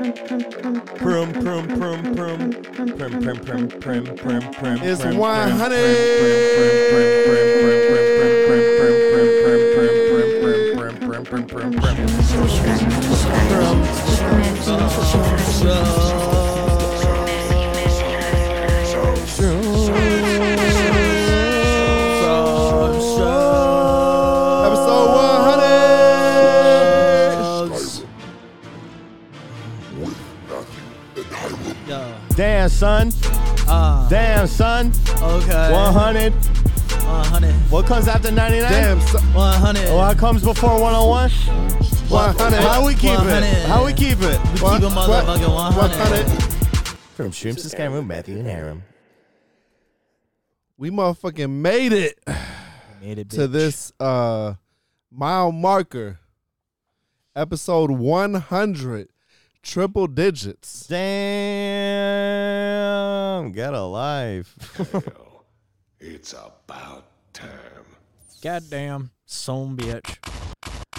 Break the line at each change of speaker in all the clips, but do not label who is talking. Prim, prim, prim, prim, prim, prim, prim, prim, prim, prim.
It's
prim, prim,
100.
prim, prim, prim, prim, prim, prim, prim, prim, prim, prim, prim, prim, prim, prim, prim, prim, prim, prim.
Episode 100.
Yeah.
Damn, son.
Ah,
Damn, son.
okay.
100.
100.
What comes after 99?
Damn, so,
Oh, 100.
What comes before 101?
100.
How we keep it?
100.
How we keep it?
We keep a motherfucking 100.
From Shrimps to Skyrim, Matthew and Harem.
We motherfucking made it
Made it,
to
bitch.
this uh mile marker. Episode 100. Triple digits.
Damn, get a life.
It's about time.
Goddamn son bitch.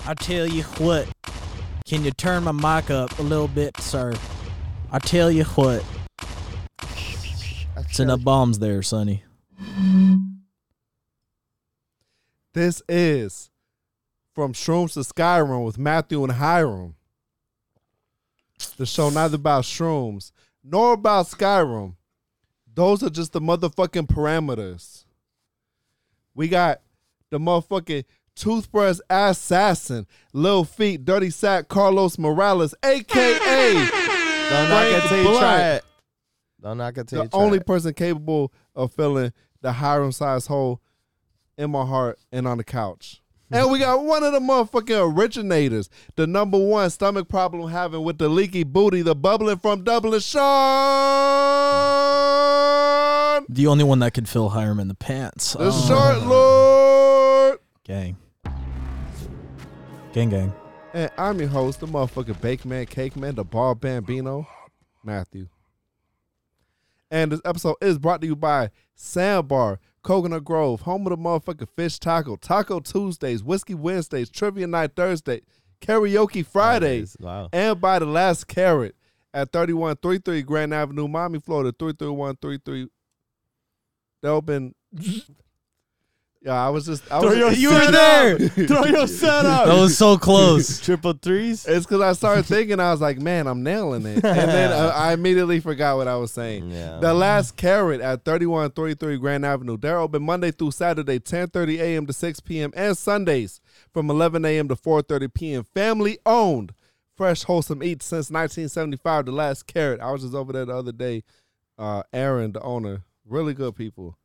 I tell you what. Can you turn my mic up a little bit, sir? I tell you what. It's enough bombs there, Sonny.
This is From Shrooms to Skyrim with Matthew and Hiram. The show neither about shrooms nor about Skyrim. Those are just the motherfucking parameters. We got the motherfucking toothbrush assassin, Lil Feet, Dirty Sack, Carlos Morales, aka
Don't knock it
Frank
till you try
Blunt.
it. Don't knock it till
the
you try
only
it.
person capable of filling the Hiram size hole in my heart and on the couch. And we got one of the motherfucking originators, the number one stomach problem having with the leaky booty, the bubbling from Dublin, Sean,
The only one that can fill Hiram in the pants.
the
Oh,
short lord.
Gang. Gang gang.
And I'm your host, the motherfucking Bake Man, Cake Man, the Ball Bambino, Matthew. And this episode is brought to you by Sandbar, Coconut Grove, home of the motherfucking fish taco, Taco Tuesdays, Whiskey Wednesdays, Trivia Night Thursday, Karaoke Fridays,
Wow.
and by The Last Carrot at 3133 Grand Avenue, Miami, Florida, 33133. They open. Yeah, I was just. I was
Throw your
just-
you were there. Throw your set up.
That was so close.
triple threes.
It's because I started thinking, I was like, man, I'm nailing it. And then uh, I immediately forgot what I was saying.
Yeah.
The Last Carrot at 3133 Grand Avenue. They're open Monday through Saturday, 10.30 a.m. to 6 p.m. and Sundays from 11 a.m. to 4.30 p.m. Family owned. Fresh, wholesome eats since 1975. The Last Carrot. I was just over there the other day. Uh, Aaron, the owner. Really good people.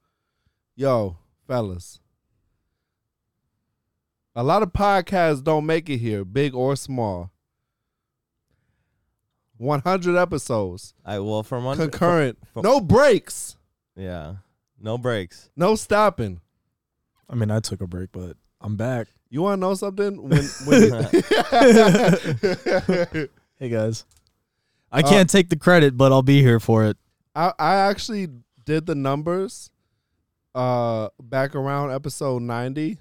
Yo, fellas. A lot of podcasts don't make it here, big or small. 100 episodes
I well from one.
concurrent.
from-
no breaks.
yeah. No breaks.
No stopping.
I mean, I took a break, but I'm back.
You want to know something? When, when
Hey guys. Uh, I can't take the credit, but I'll be here for it.
I, I actually did the numbers uh back around episode 90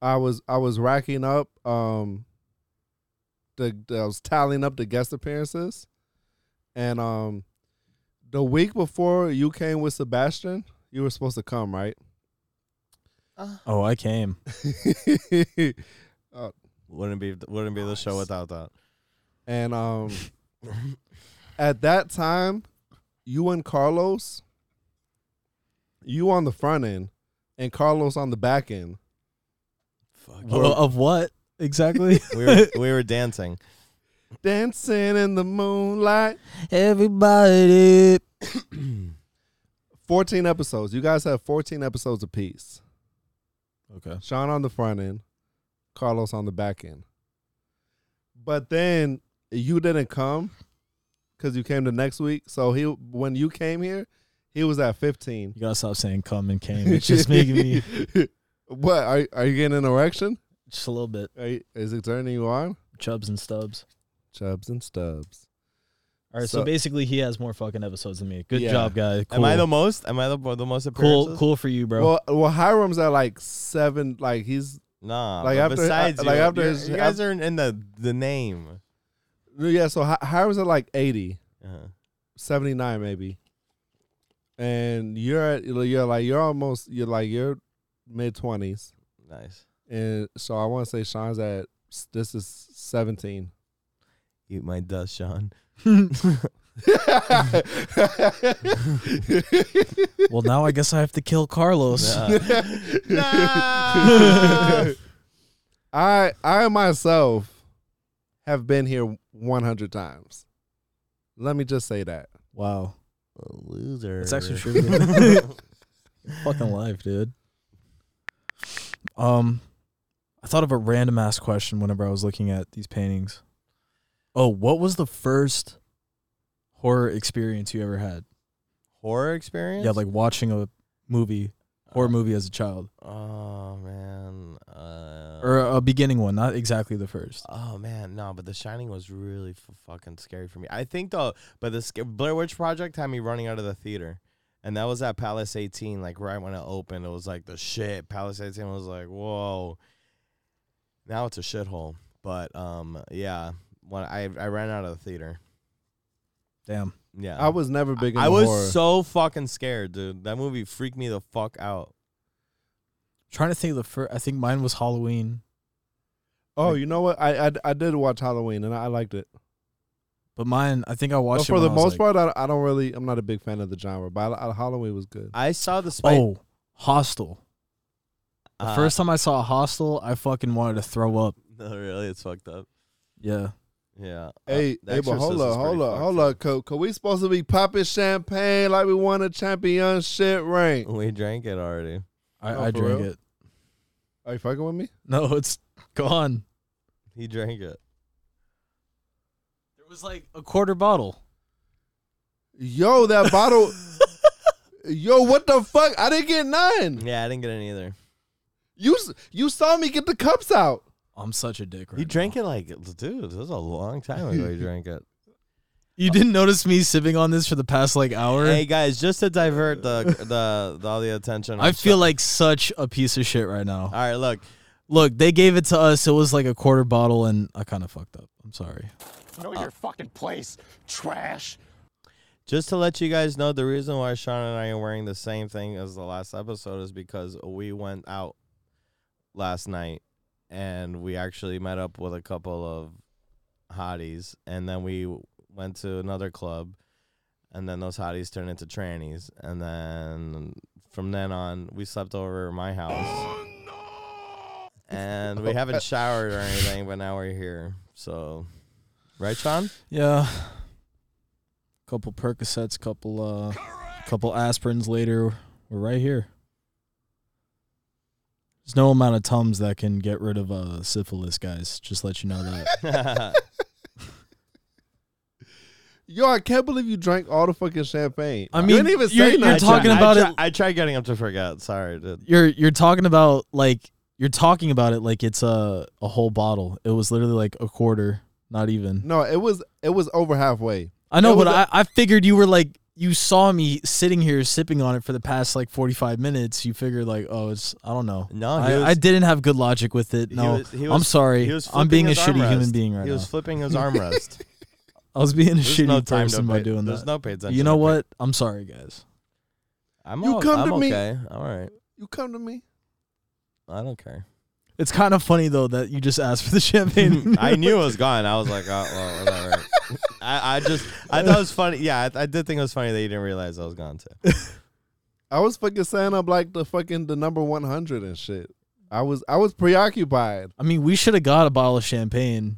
I was I was racking up um the, the- I was tallying up the guest appearances and um the week before you came with Sebastian you were supposed to come right
Oh, I came.
Wouldn't be wouldn't be the show without that.
And um at that time, you and Carlos, you on the front end and Carlos on the back end.
Fuck.
Well, of what exactly?
we were we were dancing.
Dancing in the moonlight.
Everybody.
14 episodes. You guys have 14 episodes apiece.
Okay.
Sean on the front end, Carlos on the back end. But then you didn't come because you came the next week. So he when you came here, he was at 15.
You gotta stop saying come and came. It's just making me
What are are you getting an erection?
just a little bit
Are you, is it turning you on?
chubs and stubs.
Chubs and stubs.
All right, so,
So-
basically, he has more fucking episodes than me. Good
Yeah.
job, guy. Cool.
Am I the most? Am I the, the most
cool?
appearances?
Cool for you, bro.
Well, well, Hiram's at like seven. Like he's
Nah.
Like
Like
after-
besides,
uh,
you,
like after
you're-
his-
you guys are in, in the the name.
Yeah, so Hi- Hiram's at like 80,
Uh-huh.
79 maybe. And you're at you're like you're almost you're like you're mid 20s.
Nice.
And so I want to say Sean's at this is 17.
Eat my dust, Sean.
Well, now I guess I have to kill Carlos.
Nah.
I I myself have been here 100 times. Let me just say that.
Wow.
A loser.
It's actually true. dude. Fucking life, dude. Um, I thought of a random ass question whenever I was looking at these paintings. Oh, what was the first horror experience you ever had?
Horror experience?
Yeah, like watching a movie,
Uh-huh.
horror movie as a child,
Oh man. Uh,
or a beginning one, not exactly the first.
Uh-huh.
oh man, no, but The Shining was really f- fucking scary for me. I think though, but the sca- Blair Witch Project had me running out of the theater, and that was at Palace 18, like right when it opened. It was like the shit. Palace 18 was like, whoa. Now it's a shithole, but um, yeah. When I I ran out of the theater.
Damn.
Yeah,
I was never big in
I was
horror.
so fucking scared, dude. That movie freaked me the fuck out.
Trying to think of the first. I think mine was Halloween,
oh, you know what? I I, I did watch Halloween and I, I liked it.
but mine. I think I
But
watched it
for
when
the
I was,
most
like-
part, I, I don't really. I'm not a big fan of the genre, but I, I- Halloween was good.
I uh, saw the spike.
Oh, Hostel.
Uh-huh.
The first time I saw Hostel, I fucking wanted to throw up.
No, really, it's fucked up.
Yeah.
Yeah. Uh,
Hey,
The
hey, but
Exorcist
hold
is
up,
pretty
hold up,
fucked
hold up, Coke. Cause we supposed to be popping champagne like we won a championship ring.
We drank it already.
I,
Oh,
I
for
drank
real?
it.
Are you fucking with me?
No, it's gone.
He drank it.
There was like a quarter bottle.
Yo, that bottle. Yo, what the fuck? I didn't get none.
Yeah, I didn't get it either.
You s- you saw me get the cups out.
I'm such a dick. Right
He drank it like, dude, this was a long time ago. He drank it.
You didn't notice me sipping on this for the past like hour.
hey guys, just to divert the the, the all the attention.
I feel like such a piece of shit right now.
All right, look.
Look, they gave it to us. It was like a quarter bottle, and I kind of fucked up. I'm sorry.
Know your fucking place, trash.
Just to let you guys know, the reason why Sean and I are wearing the same thing as the last episode is because we went out last night and we actually met up with a couple of hotties and then we went to another club and then those hotties turned into trannies and then from then on we slept over at my house and we haven't showered or anything but now we're here so right sean
Yeah. Couple Percocets, couple uh, couple aspirins later, we're right here. There's no amount of tums that can get rid of uh, syphilis, guys. Just let you know that.
Yo, I can't believe you drank all the fucking champagne.
I
You
mean,
didn't even
you're-
say
you're
nothing.
talking
I
about
try-
it-
I tried getting him to forget. Sorry, dude.
you're you're talking about like you're talking about it like it's a a whole bottle. It was literally like a quarter, not even.
No, it was it was over halfway.
I know,
It was
but I I figured you were like you saw me sitting here sipping on it for the past like 45 minutes. You figured like, oh, it's I don't know.
No, he
I,
was-
I didn't have good logic with it.
He
No,
was- he
I'm
was-
sorry.
he was
I'm being a
flipping his
shitty human
armrest.
being right
he was
now.
flipping his armrest.
I was being a
There's
shitty
no time to
person by
pay-
doing
There's
that.
no paid attention.
you know
to pay-
what? I'm sorry, guys.
I'm
You
all,
come
I'm
to me-
okay. All right.
You come to me.
I don't care.
It's kind of funny though that you just asked for the champagne.
I knew it was gone. I was like, oh, well, whatever. I, I just, I thought it was funny. Yeah, I, I did think it was funny that you didn't realize I was gone too.
I was fucking saying up like the fucking the number one hundred and shit. I was I was preoccupied.
I mean, we should have got a bottle of champagne,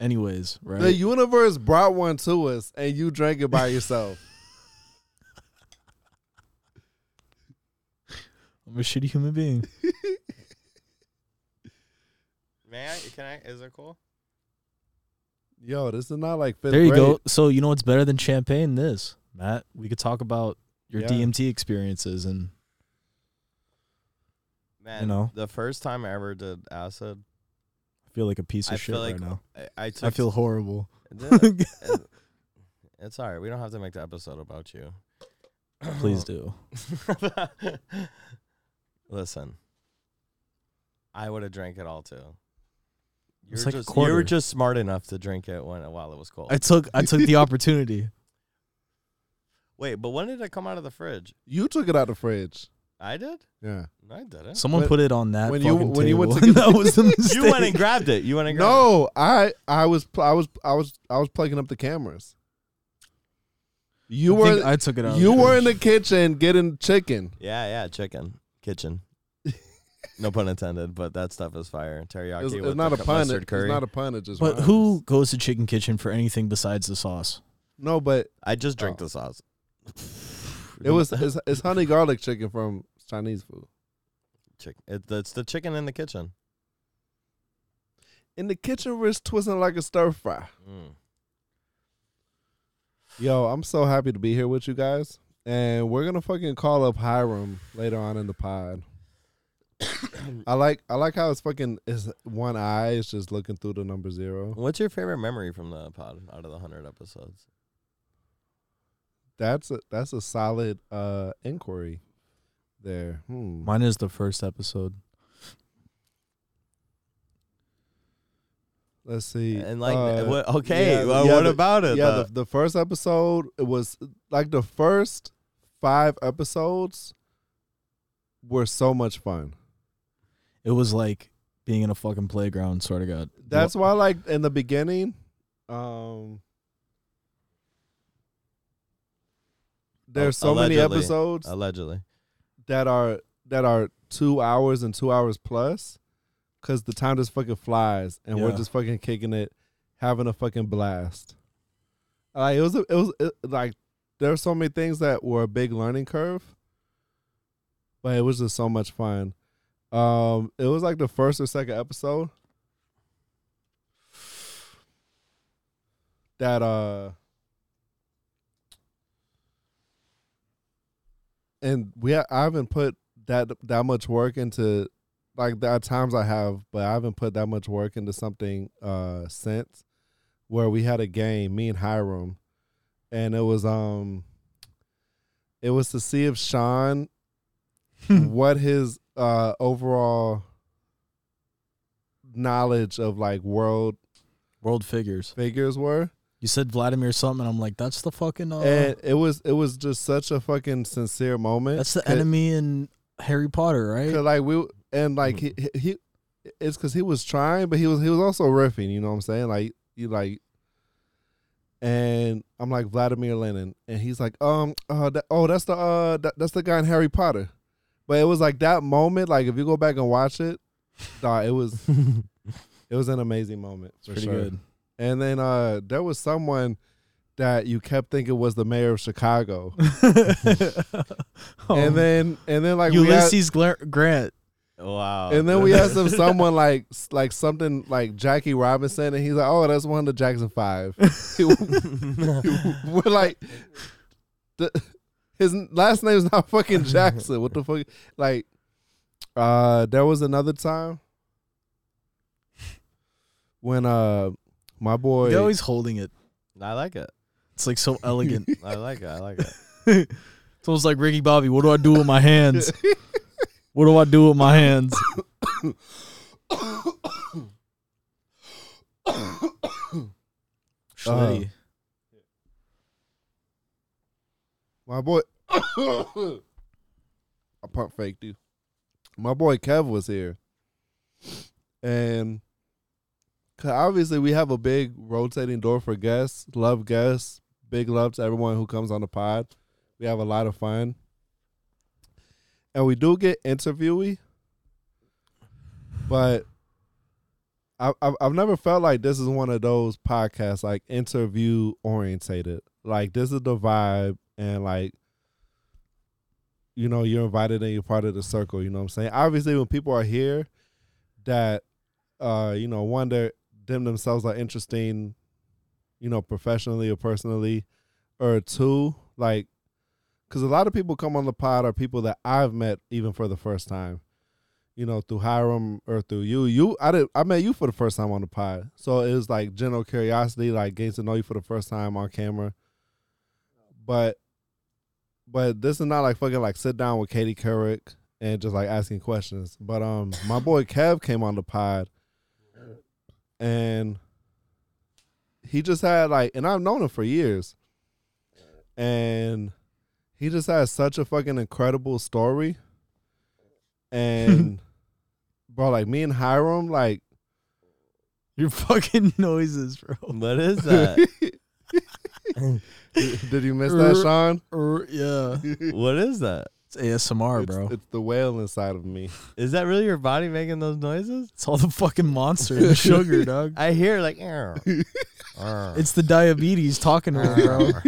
anyways, right?
The universe brought one to us, and you drank it by yourself.
I'm a shitty human being.
May I? Can I? Is it cool?
Yo, this is not like fifth
there you
grade.
go. So you know what's better than champagne? This, Matt. We could talk about your
Yeah.
DMT experiences and
Man,
know.
the first time I ever did acid,
I feel like a piece of
I
shit
feel like
right now.
I, I took.
I feel horrible.
It- it's all right. We don't have to make the episode about you.
Please do.
Listen, I would have drank it all too. You
It's
were,
like a
just, you were
quarter.
just smart enough to drink it when while it was cold.
I took I took the opportunity.
Wait, but when did it come out of the fridge?
You took it out of the fridge.
I did.
Yeah.
No, I didn't.
Someone
When-
put it on that
when you-
fucking
when you went
table.
to get-
that was the mistake.
you went and grabbed it. You went and grabbed
No, I I was pl- I was I was I was plugging up the cameras. You
I think
were
I took it out. of
you
the
were in the
fridge.
kitchen getting chicken.
it. Yeah, yeah, chicken kitchen. no pun intended, but that stuff is fire. Teriyaki
It's, it's
with
not a
the cu-
pun.
mustard
It's
curry.
not a pun. It just
But
rhymes.
who goes to Chicken Kitchen for anything besides the sauce?
No, but
I just drink
Oh.
the sauce.
it was it's, it's honey garlic chicken from Chinese food
chicken. It, it's the chicken in the kitchen.
in the kitchen. Where it's twisting like a stir fry.
Mm.
Yo, I'm so happy to be here with you guys, and we're gonna fucking call up Hiram later on in the pod. I like I like how it's fucking is one eye is just looking through the number zero.
What's your favorite memory from the pod out of the hundred episodes?
That's a that's a solid uh inquiry there. Hmm.
Mine is the first episode.
Let's see.
And like,
Uh,
what, okay,
yeah,
well,
yeah,
what
the-
about it?
yeah,
though?
the, the first episode it was like the first five episodes were so much fun.
It was like being in a fucking playground. Swear to God.
That's why like in the beginning, um there's so many
Allegedly.
episodes
allegedly.
that are that are two hours and two hours plus, because the time just fucking flies, and we're
Yeah.
just fucking kicking it, having a fucking blast. Like it was, a, it was it, like there were so many things that were a big learning curve, but it was just so much fun. Um, it was like the first or second episode that uh. and we ha- I haven't put that that much work into like there are times I have, but I haven't put that much work into something uh since where we had a game, me and Hiram, and it was um it was to see if Sean
Hmm.
what his uh overall knowledge of like world
World figures.
figures were.
You said Vladimir something. I'm like, that's the fucking. Uh,
And it was it was just such a fucking sincere moment.
that's the
It-
enemy in Harry Potter,
Cause
right?
like we and like he
Mm.
he, he it's because he was trying, but he was he was also riffing. You know what I'm saying? Like you like, and I'm like Vladimir Lenin, and he's like, um, uh, that, oh, that's the uh, that, that's the guy in Harry Potter. But it was like that moment. Like if you go back and watch it, nah, it was it was an amazing moment. For
Pretty
sure.
good.
And then uh, there was someone that you kept thinking was the mayor of Chicago,
Oh,
and then and then like we had-
Ulysses Gla- Grant.
Wow.
And then we asked him someone like s- like something like Jackie Robinson, and he's like, "Oh, that's one of the Jackson Five. We're like, the, his n- last name is not fucking Jackson. What the fuck? Like, uh, there was another time when uh my boy
They're always holding it.
I like it.
It's like so elegant. it's
I like it. I like it.
almost like Ricky Bobby. What do I do with my hands? what do I do with my hands? Schlitty.
Uh. my boy, I pump faked you. My boy Kev was here, and 'cause obviously we have a big rotating door for guests. Love guests. Big love to everyone who comes on the pod. We have a lot of fun, and we do get interviewee, but. I- I've I've never felt like this is one of those podcasts like interview orientated. Like this is the vibe, and like you know you're invited and you're part of the circle. You know what I'm saying? Obviously, when people are here, that uh you know one they them themselves are interesting, you know professionally or personally, or two like because a lot of people come on the pod are people that I've met even for the first time you know, through Hiram or through you. You, I did, I met you for the first time on the pod, so it was like general curiosity, like getting to know you for the first time on camera. But, but this is not like fucking like sit down with Katie Couric and just like asking questions. But um, my boy Kev came on the pod, and he just had like, and I've known him for years, and he just has such a fucking incredible story, and bro, like me and Hiram, like
Your fucking noises, bro.
What is that?
Did you miss that,
Er,
Sean?
yeah.
what is that?
It's ASMR,
It's-
bro.
It's, the whale inside of me.
Is that really your body making those noises?
It's all the fucking monster and sugar, dog.
I hear like. "Arr, arr,
It's the diabetes talking to me, bro.
arr,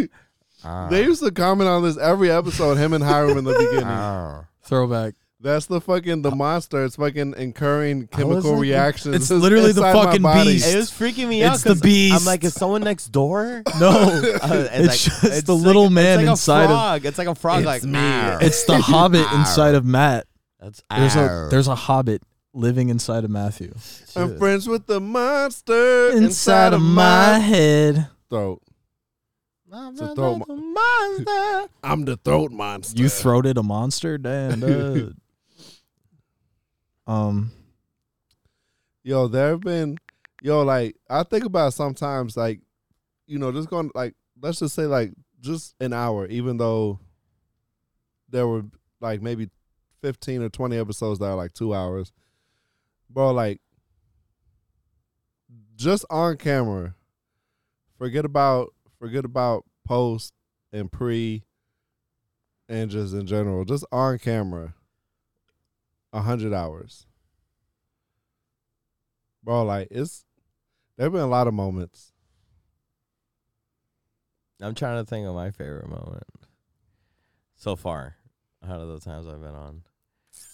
arr,
They used to comment on this every episode, him and Hiram in the beginning.
arr."
Throwback.
That's the fucking
Uh,
the monster. It's fucking incurring
was
chemical
like-
reactions.
It's literally the
inside my
fucking
body.
beast.
It was freaking me out.
It's the
'cause I'm
beast.
like, is someone next door?
No,
Uh,
It's just the little man
it's like
inside
a
of-
frog. It's like a frog.
It's
like
me.
"Arr."
it's the hobbit inside of Matt.
That's
There's a
arr.
there's a hobbit living inside of Matthew.
I'm
Shit.
friends with the monster inside, of my
head.
throat.
I'm
It's a
not
throw
just a monster.
I'm the throat monster.
You throated a monster? Damn, dude. um
yo, there have been, yo, like I think about sometimes, like, you know, just going, like, let's just say, like, just an hour, even though there were like maybe fifteen or twenty episodes that are like two hours, bro. Like, just on camera, forget about forget about post and pre, and just in general, just on camera, a hundred hours bro. Like it's there've been a lot of moments.
I'm trying to think of my favorite moment so far out of the times I've been on.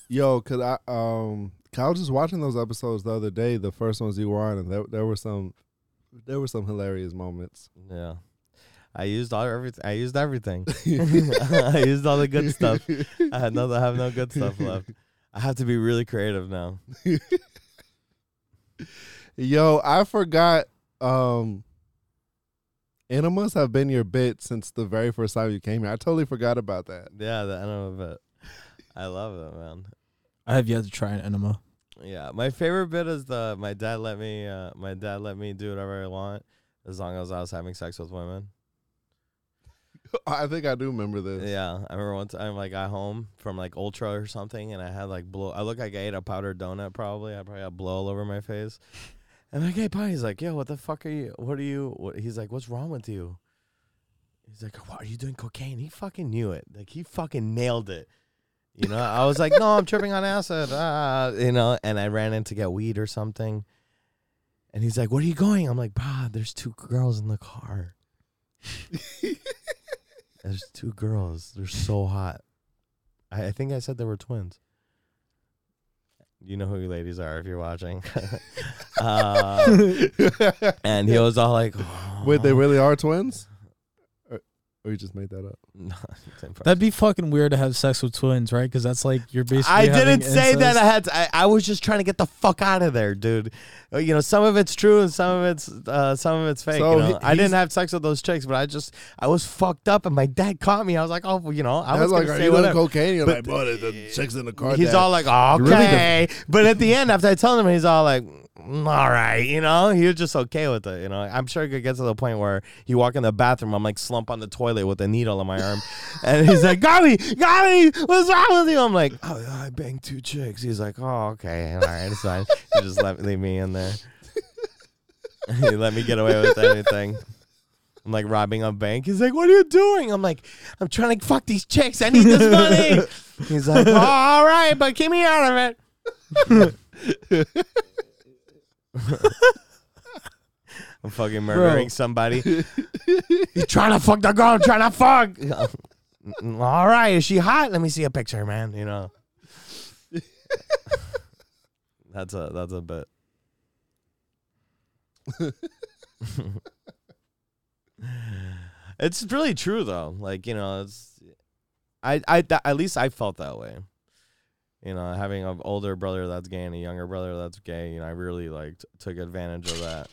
Yo, cause I um, 'cause I was just watching those episodes the other day, the first ones you were on, and there there were some, there were some hilarious moments.
Yeah. I used all everything. I used everything. I used all the good stuff. I had no, I have no good stuff left. I have to be really creative now.
Yo, I forgot. Um, enemas have been your bit since the very first time you came here. I totally forgot about that.
Yeah, the end of it. I love it, man.
I have yet to try an enema.
Yeah, my favorite bit is the my dad let me uh, my dad let me do whatever I want as long as I was having sex with women.
I think I do remember this.
Yeah, I remember one time like I got home from like Ultra or something, and I had like blow. I look like I ate a powdered donut. Probably I probably had blow all over my face. And my guy Bonnie's like, "Yo, what the fuck are you? What are you?" What? He's like, "What's wrong with you?" He's like, "What are you doing cocaine?" He fucking knew it. Like he fucking nailed it. You know, I was like, "No, I'm tripping on acid." Ah, you know, and I ran in to get weed or something. And he's like, "Where are you going?" I'm like, "Bah, there's two girls in the car." There's two girls. They're so hot. I, I think I said they were twins. You know who you ladies are if you're watching. uh, and he was all like, "Oh,
Wait,
Uh-huh.
they really are twins? Or, or you just made that up?
No, it's impressive.
That'd be fucking weird to have sex with twins, right? Because that's like you're basically.
I
having
didn't say that. I
incest.
had. To, I, I was just trying to get the fuck out of there, dude. Uh, You know, some of it's true and some of it's uh, some of it's fake.
So
you know?
he-
I didn't
he's-
have sex with those chicks, but I just I was fucked up, and my dad caught me. I was like, oh, well, you know, I
I
was
was like,
gonna
are
say
you doing
whatever.
cocaine? You're
But
like, buddy, the chicks in the car.
he's
Dad."
all like, "Oh,
really don't-
okay. but at the end, after I tell him, he's all like, "Mm, all right, you know, he was just okay with it. You know, I'm sure it could get to the point where he walk in the bathroom, I'm like slump on the toilet with a needle in my arm. and he's like, Gotti, Gotti, what's wrong with you? I'm like, oh, yeah, I banged two chicks. He's like, oh, okay. All right, it's fine. He just let, leave me in there. he let me get away with anything. I'm like robbing a bank. He's like, "What are you doing?" I'm like, "I'm trying to fuck these chicks. I need this money." He's like, oh, "All right, but keep me out of it." I'm fucking murdering somebody. You're trying to fuck the girl. I'm trying to fuck. All right, is she hot? Let me see a picture, man. You know. that's a that's a bit. It's really true though. Like you know, it's I I tha- at least I felt that way. You know, having an older brother that's gay and a younger brother that's gay, you know, I really like t- took advantage of that.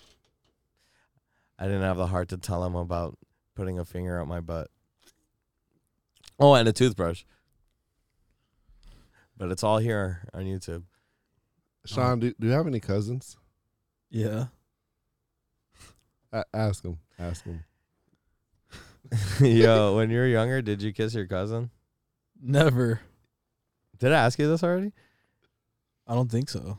I didn't have the heart to tell him about putting a finger up my butt. Oh, and a toothbrush. but it's all here on YouTube.
Sean, do, do you have any cousins?
Yeah.
A ask him. Ask him.
Yo, when you were younger, did you kiss your cousin?
Never.
Did I ask you this already?
I don't think so.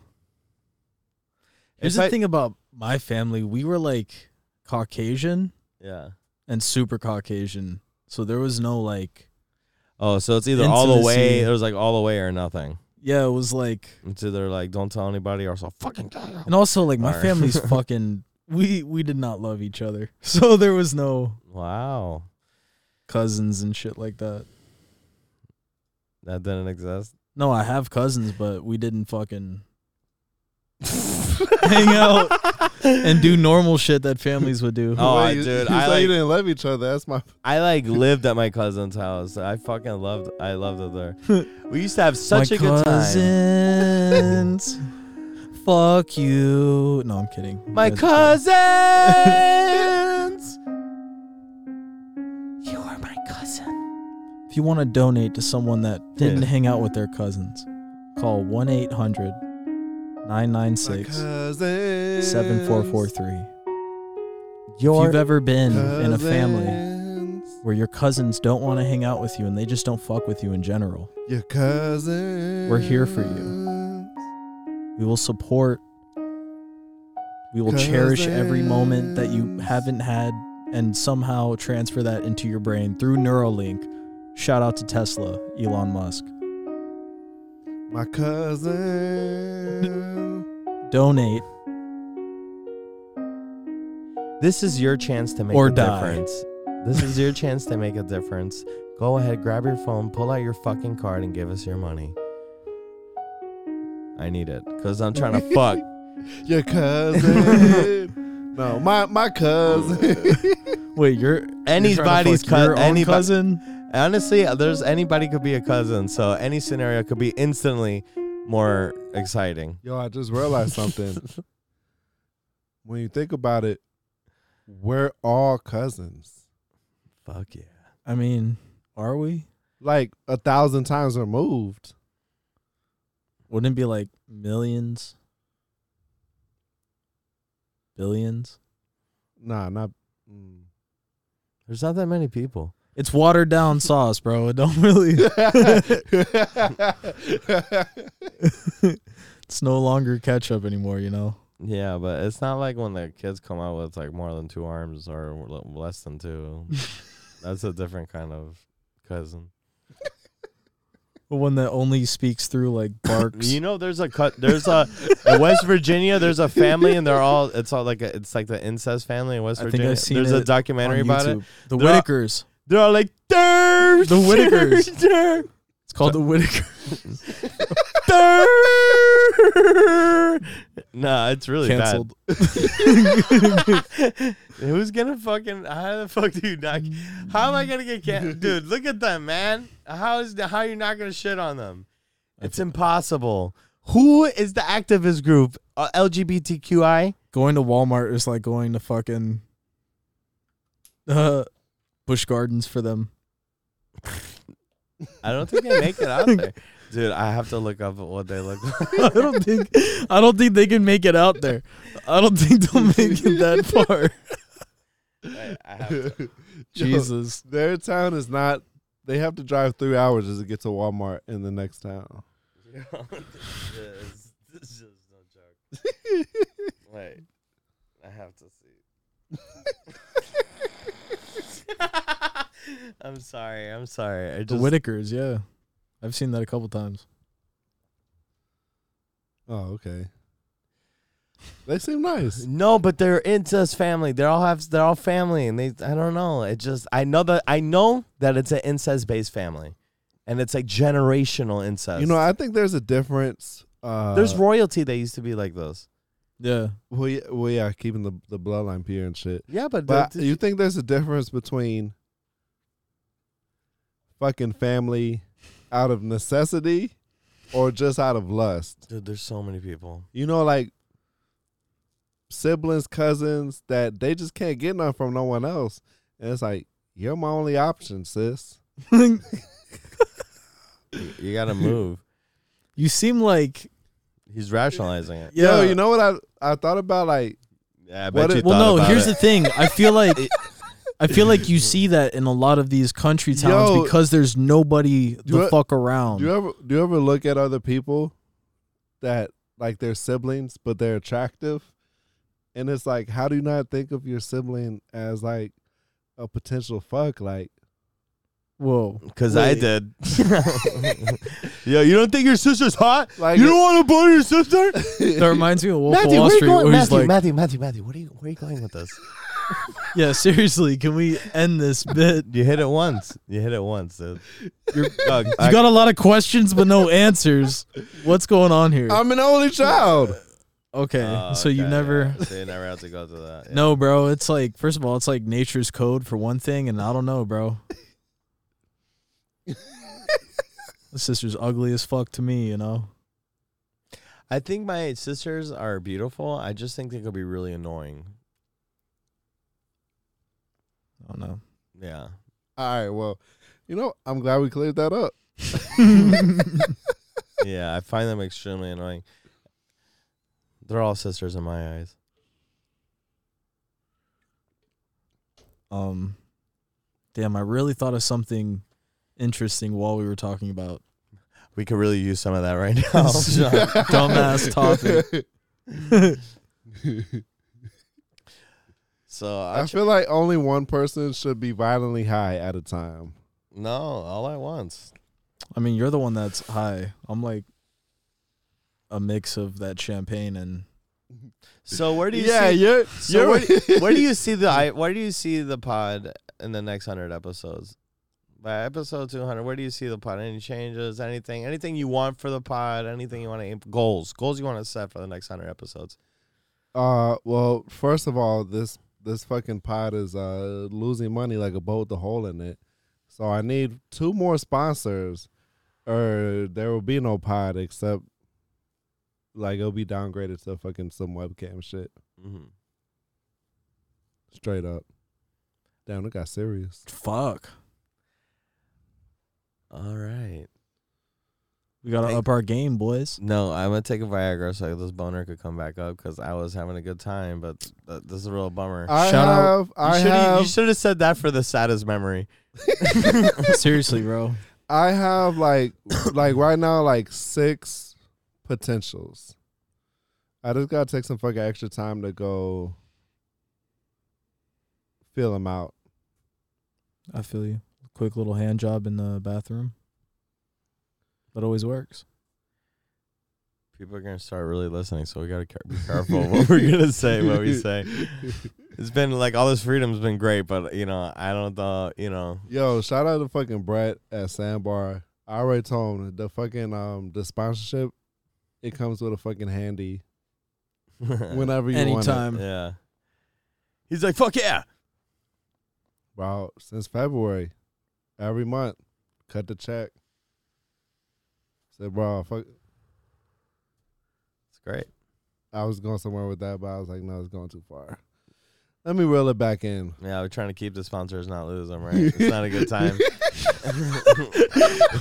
Here's
If
the
I-
thing about my family. We were like Caucasian
Yeah.
and super Caucasian. So there was no like,
Oh, so it's either all the way.
Intimacy.
It was like all the way or nothing.
yeah, it was like,
It's either like don't tell anybody or so fucking tell. you.
and also like my
Sorry.
family's fucking, we, we did not love each other. So there was no
Wow,
cousins and shit like that.
that didn't exist.
No, I have cousins, but we didn't fucking hang out and do normal shit that families would do.
Oh,
Wait,
dude,
you,
I
you say you
like-
didn't love each other. That's my.
I like lived at my cousin's house. I fucking loved. I loved it there. We used to have such
my
a good time.
cousins, fuck you. No, I'm kidding.
My
That's-
cousins. you are my cousin.
If you want to donate to someone that didn't hang out with their cousins, call 1 800 996 7443. If you've
Your
ever been in a family where your cousins don't want to hang out with you and they just don't fuck with you in general,
Your cousins.
We're here for we will support, we will cherish every moment that you
Cousins.
haven't had and somehow transfer that into your brain through Neuralink. Shout out to Tesla, Elon Musk.
My cousin.
Donate
This is your chance to make
Or
a
die.
difference. This is your chance to make a difference. Go ahead, grab your phone, pull out your fucking card, and give us your money. I need it because I'm trying to fuck.
Your cousin. no, my my cousin.
Wait, you're
Anybody's
you're trying to fuck your
cou-
own
anybo-
cousin.
Honestly, uh, there's anybody could be a cousin, so any scenario could be instantly more exciting.
Yo, I just realized something. when you think about it, we're all cousins.
Fuck yeah.
I mean, are we?
Like a thousand times removed.
Wouldn't it be like millions, billions?
Nah, not. mm.
There's not that many people.
It's watered down sauce, bro. It don't really. It's no longer ketchup anymore. You know.
Yeah, but it's not like when the kids come out with like more than two arms or l- less than two. That's a different kind of cousin.
The one that only speaks through like barks.
You know, there's a cut. There's a in West Virginia. There's a family, and they're all. It's all like a, it's like the incest family in West
I think I've
Virginia.
seen
there's
it
a
on
documentary
on
about it.
YouTube. The
They're all-
Whitakers.
They're all like "Durr,
The Whitakers.
durr,
It's called the Whitaker.
durr." Nah, it's really
Cancelled.
bad. Who's gonna fucking? How the fuck do you not? How am I gonna get canceled, dude? Look at them, man. How is the, how are you not gonna shit on them? It's impossible. Who is the activist group? Uh, LGBTQI.
Going to Walmart is like going to fucking uh, Bush Gardens for them.
I don't think they make it out there. Dude, I have to look up what they look like.
I don't think I don't think they can make it out there. I don't think they'll make it that far.
I, I have to.
Jesus.
Their town is not. They have to drive three hours just to get to Walmart in the next town.
Yeah, it's- this is just no joke. Wait, I have to see. I'm sorry. I'm sorry. I
The
just
Whitakers, yeah. I've seen that a couple times.
Oh, okay. They seem nice.
no, but they're incest family. They all have. They're all family, and they. I don't know. It just. I know that. I know that it's an incest based family, and it's like generational incest.
You know, I think there's a difference. Uh,
there's royalty. They used to be like those.
Yeah.
well, yeah, well, yeah, keeping the the bloodline pure and shit.
Yeah, but,
But
the-
you think there's a difference between fucking family out of necessity or just out of lust?
dude, there's so many people.
You know, like siblings, cousins that they just can't get none from no one else. And it's like, you're my only option, sis.
You gotta move.
You seem like
He's rationalizing it.
Yo,
yeah.
you know what I I thought about like
Yeah, I
What
bet you
if-
thought
Well, no.
about
Here's
it.
the thing. I feel like I feel like you see that in a lot of these country towns
Yo.
because there's nobody the
you-
fuck
Um,
around.
do you ever do you ever look at other people that like they're siblings but they're attractive? And it's like, how do you not think of your sibling as like a potential fuck? Like
Whoa.
Cause I
Wait.
did. Yo, you don't think your sister's hot?
Like-
you don't want to bone your sister?
That reminds me of Wolf of Wall Street, where he's like,
Matthew, Matthew, Matthew, what are you, where are you going with this?
"Yeah, seriously, can we end this bit?"
You hit it once. You hit it once. Dude. You're, Doug,
You
I-
got a lot of questions but no answers. What's going on here?
I'm an only child.
okay,
Oh,
so you
okay,
never.
yeah. So you never have to go through that. yeah.
No, bro. It's like first of all, it's like nature's code for one thing, and I don't know, bro. the sister's ugly as fuck to me, you know.
I think my sisters are beautiful. I just think they could be really annoying.
I don't know.
Yeah.
All right, well, you know, I'm glad we cleared that up.
Yeah, I find them extremely annoying. They're all sisters in my eyes.
Um, damn, I really thought of something interesting while we were talking about
We could really use some of that right now. Sean.
dumbass topic.
so I,
I feel like only one person should be violently high at a time.
no, all at once.
I mean, you're the one that's high. I'm like a mix of that champagne and
So where do you
yeah,
see
you're.
So
you're
where, do- where do you see the I, where do you see the pod in the next hundred episodes? By episode two hundred, where do you see the pod? Any changes? Anything? Anything you want for the pod? Anything you want to aim goals? Goals you want to set for the next hundred episodes?
uh, well, first of all, this this fucking pot is uh losing money like a boat with a hole in it. So I need two more sponsors, or there will be no pod except like it'll be downgraded to fucking some webcam shit.
hmm
Straight up. Damn, it got serious.
fuck.
All right.
We gotta
Thank-
up our game, boys.
No, I'm gonna take a Viagra so this boner could come back up because I was having a good time, but th- this is a real bummer.
I
Shout out-
have, I
you shoulda-
have,
you should have said that for the saddest memory.
Seriously, bro.
I have like like right now like six potentials. I just gotta take some fucking extra time to go feel them out.
I feel you. Quick little hand job in the bathroom. That always works.
People are gonna start really listening, so we gotta care- be careful what we're gonna say, what we say. It's been like all this freedom's been great, but you know, I don't know, you know.
Yo, shout out to fucking Brett at Sandbar. I already told him the fucking um the sponsorship. It comes with a fucking handy
um,
whenever you want
Anytime.
yeah. He's like, fuck yeah.
it, bro. Since February, every month, cut the check. Said, bro, fuck,
It's great.
I was going somewhere with that, but I was like, no, it's going too far. Let me reel it back in.
Yeah, we're trying to keep the sponsors, not lose them, right? It's not a good time.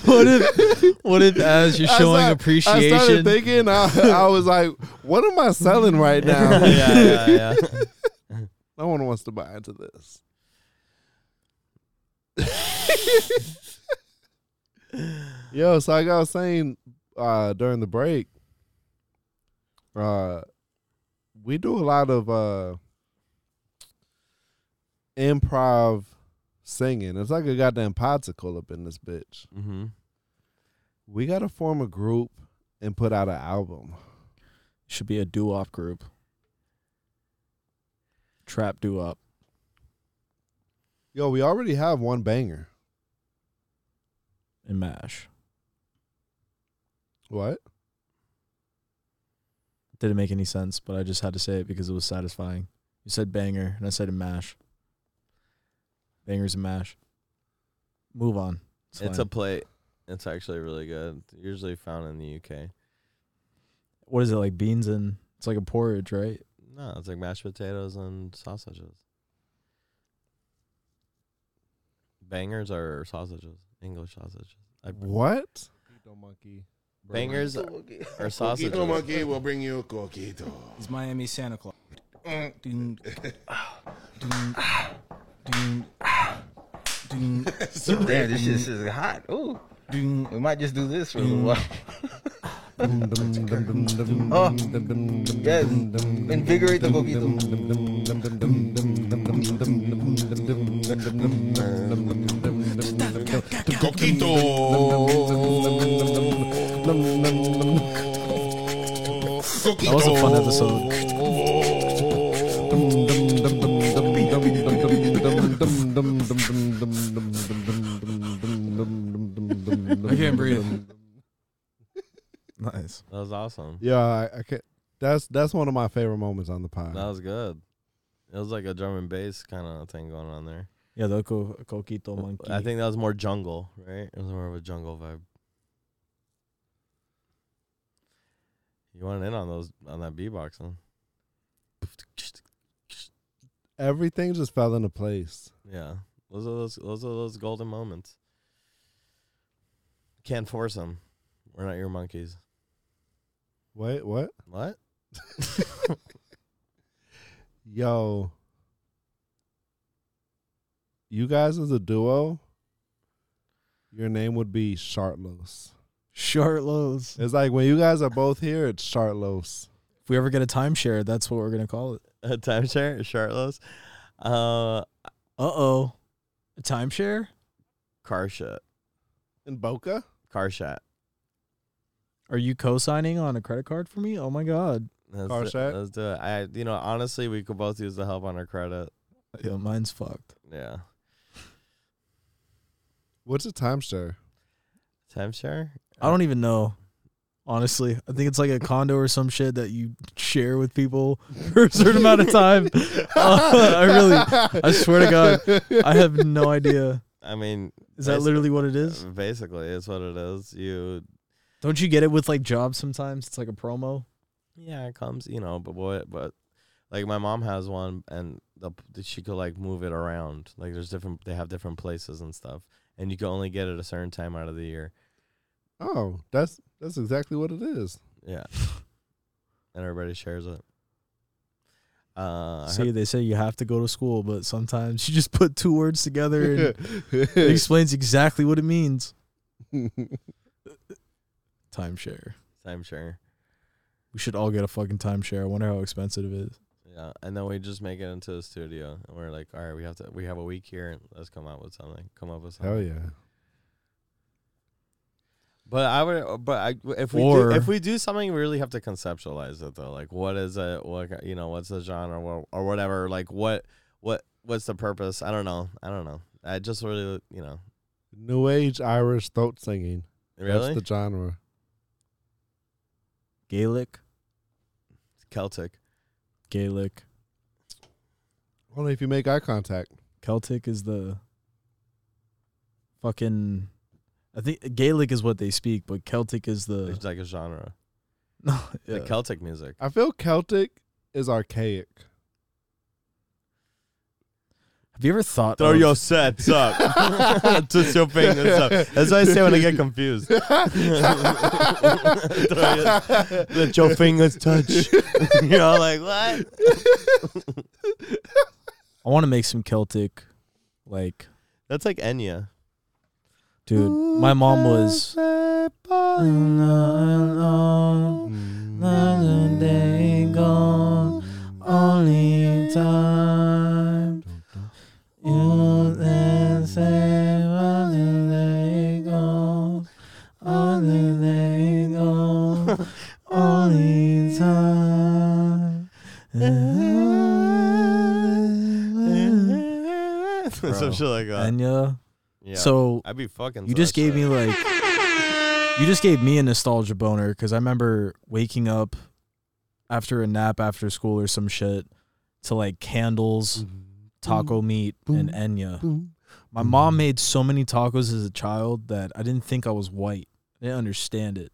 What if what if as you're showing
I start- I started
appreciation
thinking, I, I was like, what am I selling right now?
yeah, yeah, yeah.
No one wants to buy into this. Yo, so like I was saying uh, during the break, uh, we do a lot of uh, improv singing. It's like a goddamn popsicle up in this bitch.
Mm-hmm.
We gotta form a group and put out an album.
should be a doo wop group. Trap doo wop.
Yo, we already have one banger.
and mash.
What?
Didn't make any sense, but I just had to say it because it was satisfying. You said banger, and I said mash. Bangers and mash. Move on. It's,
It's
fine.
a plate. It's actually really good. Usually found in the UK.
what is it like? Beans and it's like a porridge, right?
No, it's like mashed potatoes and sausages. Bangers are sausages, English sausages. I,
What? Don't monkey.
Bangers or sausages?
Coquito monkey will bring you coquito.
He's Miami Santa Claus. Dun, dun, dun, dun,
Damn, this shit is hot. Ooh,
dun.
we might just do this for a little while. Oh. Yes, invigorate the coquito.
Coquito. Coquito.
That was a fun episode. I can't breathe. Nice.
That was awesome.
Yeah, I, I can That's that's one of my favorite moments on the pod.
That was good. It was like a drum and bass kind of thing going on there.
Yeah, the co- coquito monkey.
I think that was more jungle, right? It was more of a jungle vibe. You went in on those on that beatboxing.
Everything just fell into place.
Yeah, those are those those are those golden moments. Can't force them. We're not your monkeys.
Wait, what?
What?
Yo, you guys as a duo, your name would be Shartlos.
Short lows.
It's like when you guys are both here, it's Shartlos.
If we ever get a timeshare, that's what we're gonna call it.
A timeshare? Shirtless? Uh,
Uh oh, a timeshare?
car shot.
In Boca?
Car shot.
Are you co-signing on a credit card for me? Oh my god.
Let's
Car
do,
shot?
Let's do it. I, you know, honestly, we could both use the help on our credit.
Yeah, mine's fucked.
Yeah.
What's a timeshare?
Timeshare?
I don't even know. Honestly, I think it's like a condo or some shit that you share with people for a certain amount of time. Uh, I really, I swear to God, I have no idea.
I mean,
Is that literally what it is?
basically, it's what it is. You,
Don't you get it with like jobs sometimes? It's like a promo.
yeah, it comes, you know, but what, but like my mom has one and the, she could like move it around. Like there's different, they have different places and stuff. And you can only get it a certain time out of the year.
Oh, that's that's exactly what it is.
Yeah. and everybody shares it. Uh, I
See,
heard-
they say you have to go to school, but sometimes you just put two words together and it explains exactly what it means. Timeshare.
timeshare.
We should all get a fucking timeshare. I wonder how expensive it is.
Yeah, and then we just make it into a studio, and we're like, all right, we have to, we have a week here, and let's come out with something, come up with something.
Hell yeah.
But I would, but I, if we do,
Or-
if we do something, we really have to conceptualize it though. Like, what is it? What ki- you know? What's the genre? Or, or whatever. Like, what, what, what's the purpose? I don't know. I don't know. I just really, you know,
New age Irish throat singing.
really
That's the genre.
Gaelic?
Celtic.
Gaelic.
Only if you make eye contact.
Celtic is the fucking. I think Gaelic is what they speak, but Celtic is the.
It's like a genre.
No,
Like
yeah.
Celtic music.
I feel Celtic is archaic.
Have you ever thought?
Throw
of-
your sets up. Twist your fingers up. That's what I say when I get confused. Throw your- Let your fingers touch. you know, like what?
I want to make some Celtic, like,
That's like Enya.
dude. My mom was. Another day gone, only time you then say, another day gone, only day gone, only time.
Some shit like that.
Enya.
yeah.
uh, So
I'd be fucking. to
you just
that
gave me
shit.
like you just gave me a nostalgia boner because i remember waking up after a nap after school or some shit to like candles
Mm-hmm.
taco meat and enya my mom made so many tacos as a child that i didn't think i was white i didn't understand it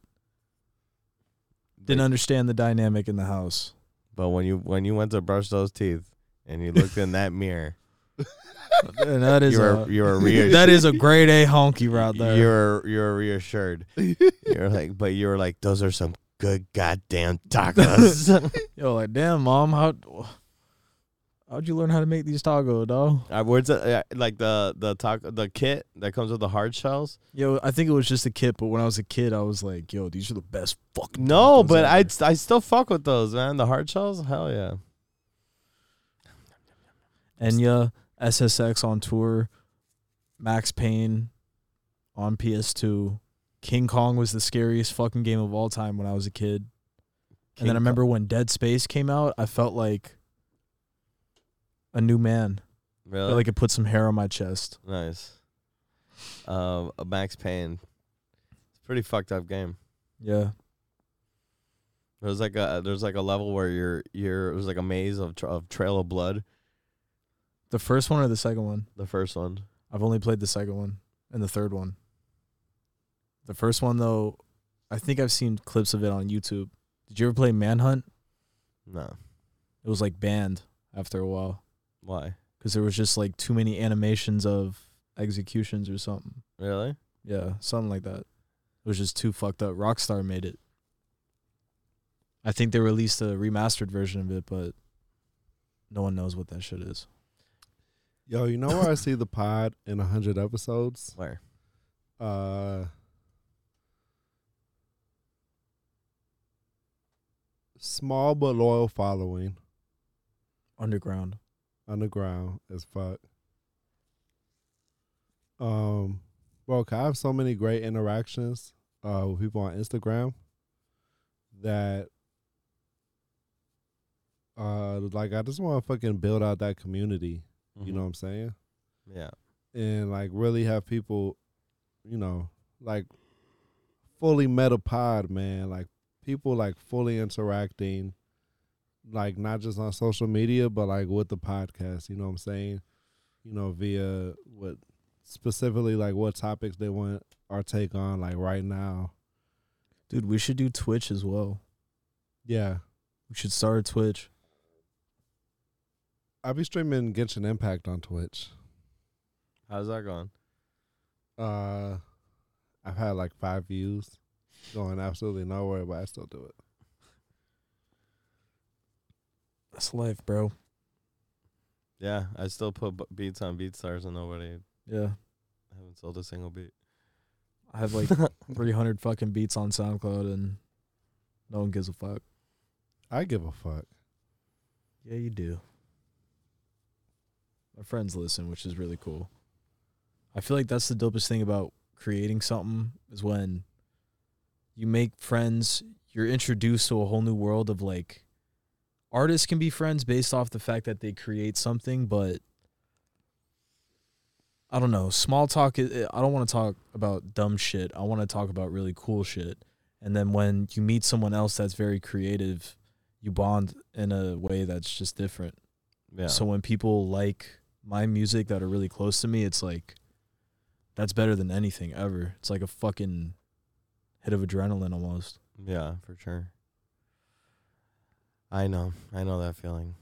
didn't understand the dynamic in the house
But when you when you went to brush those teeth and you looked in that mirror
And that is
You're
a,
you're reassured.
that is a grade A honky right there.
You're you're reassured. you're like, but you're like, those are some good goddamn tacos.
Yo, like damn, mom, how how'd you learn how to make these taco, dog?
uh, where's the, uh, like the the taco the kit that comes with the hard shells?
Yo, I think it was just a kid, but when I was a kid, I was like, yo, these are the best fucking.
No,
tacos
but I
ever.
I still fuck with those, man. The hard shells, hell yeah.
Enya, SSX on tour, Max Payne on PS2. King Kong was the scariest fucking game of all time when I was a kid. and then I remember when Dead Space came out, I felt like a new man. I
really
felt like it put some hair on my chest.
nice. Um, Max Payne. It's a pretty fucked up game.
Yeah.
There's like a there's like a level where you're you're it was like a maze of tra- of trail of blood.
The first one or the second one?
The first one.
I've only played the second one and the third one. The first one though, I think I've seen clips of it on YouTube. Did you ever play Manhunt?
No,
It was like banned after a while
why?
because there was just like too many animations of executions or something.
Really?
Yeah, something like that. It was just too fucked up. Rockstar made it. I think they released a remastered version of it, but no one knows what that shit is.
Yo, you know where I see the pod in hundred episodes?
Where?
Uh, small but loyal following
Underground.
underground as fuck. Um, bro, 'cause I have so many great interactions uh with people on Instagram that uh like I just want to fucking build out that community.
Mm-hmm.
You know what I'm saying?
Yeah.
and like really have people, you know, like fully meta pod, man. Like people like fully interacting, like not just on social media, but like with the podcast. You know what I'm saying? You know, via what specifically like what topics they want our take on, like right now.
Dude, we should do Twitch as well.
Yeah.
We should start a Twitch.
I'll be streaming Genshin Impact on Twitch.
How's that going?
Uh I've had like five views going absolutely nowhere, but I still do it.
That's life, bro.
Yeah, I still put b- beats on BeatStars and nobody
Yeah.
I haven't sold a single beat.
I have like 300 fucking beats on SoundCloud and no one gives a fuck.
I give a fuck.
Yeah, you do. My friends listen, which is really cool. I feel like that's the dopest thing about creating something is when you make friends, you're introduced to a whole new world of like artists can be friends based off the fact that they create something, but I don't know. Small talk is, I don't want to talk about dumb shit. I want to talk about really cool shit. And then when you meet someone else that's very creative, you bond in a way that's just different.
Yeah.
So when people like my music that are really close to me, it's like that's better than anything ever. It's like a fucking hit of adrenaline almost.
yeah, for sure. I know. I know that feeling.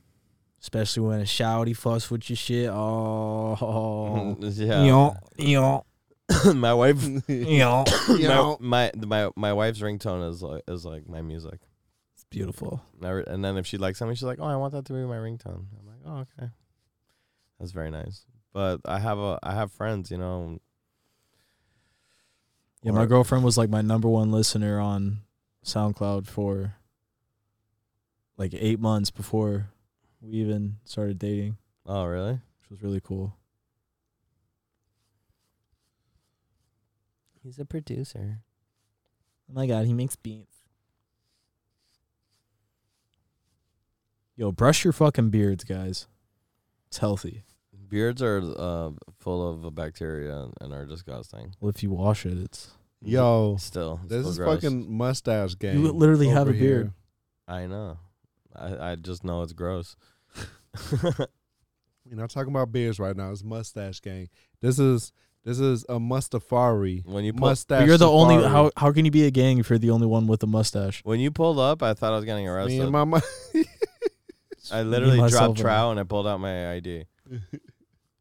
Especially when a shouty fuss with your shit. Oh,
yeah.
yo,
my wife
yo.
my, my my my wife's ringtone is like is like my music.
It's beautiful.
And I re- And then if she likes something, she's like, "Oh, I want that to be my ringtone." I'm like, "Oh, okay." That's very nice. But I have a I have friends, you know.
Yeah,
or-
my girlfriend was like my number one listener on SoundCloud for like eight months before we even started dating,
Oh, really?
which was really cool.
He's a producer.
Oh my god, he makes beats. Yo, brush your fucking beards, guys. It's healthy.
Beards are uh, full of bacteria and are disgusting.
Well, if you wash it, it's
Yo,
Still,
this
still
is
gross.
fucking mustache game.
li- literally have
over
a beard.
here.
I know. I, I just know it's gross.
We're not talking about beards right now. It's mustache gang. This is this is a mustafari.
when you pull,
mustache.
you're the only.
safari.
How how can you be a gang if you're the only one with a mustache?
when you pulled up, I thought I was getting
me
arrested.
and my mu-
I literally
myself
dropped
and I.
trow and I pulled out my ID.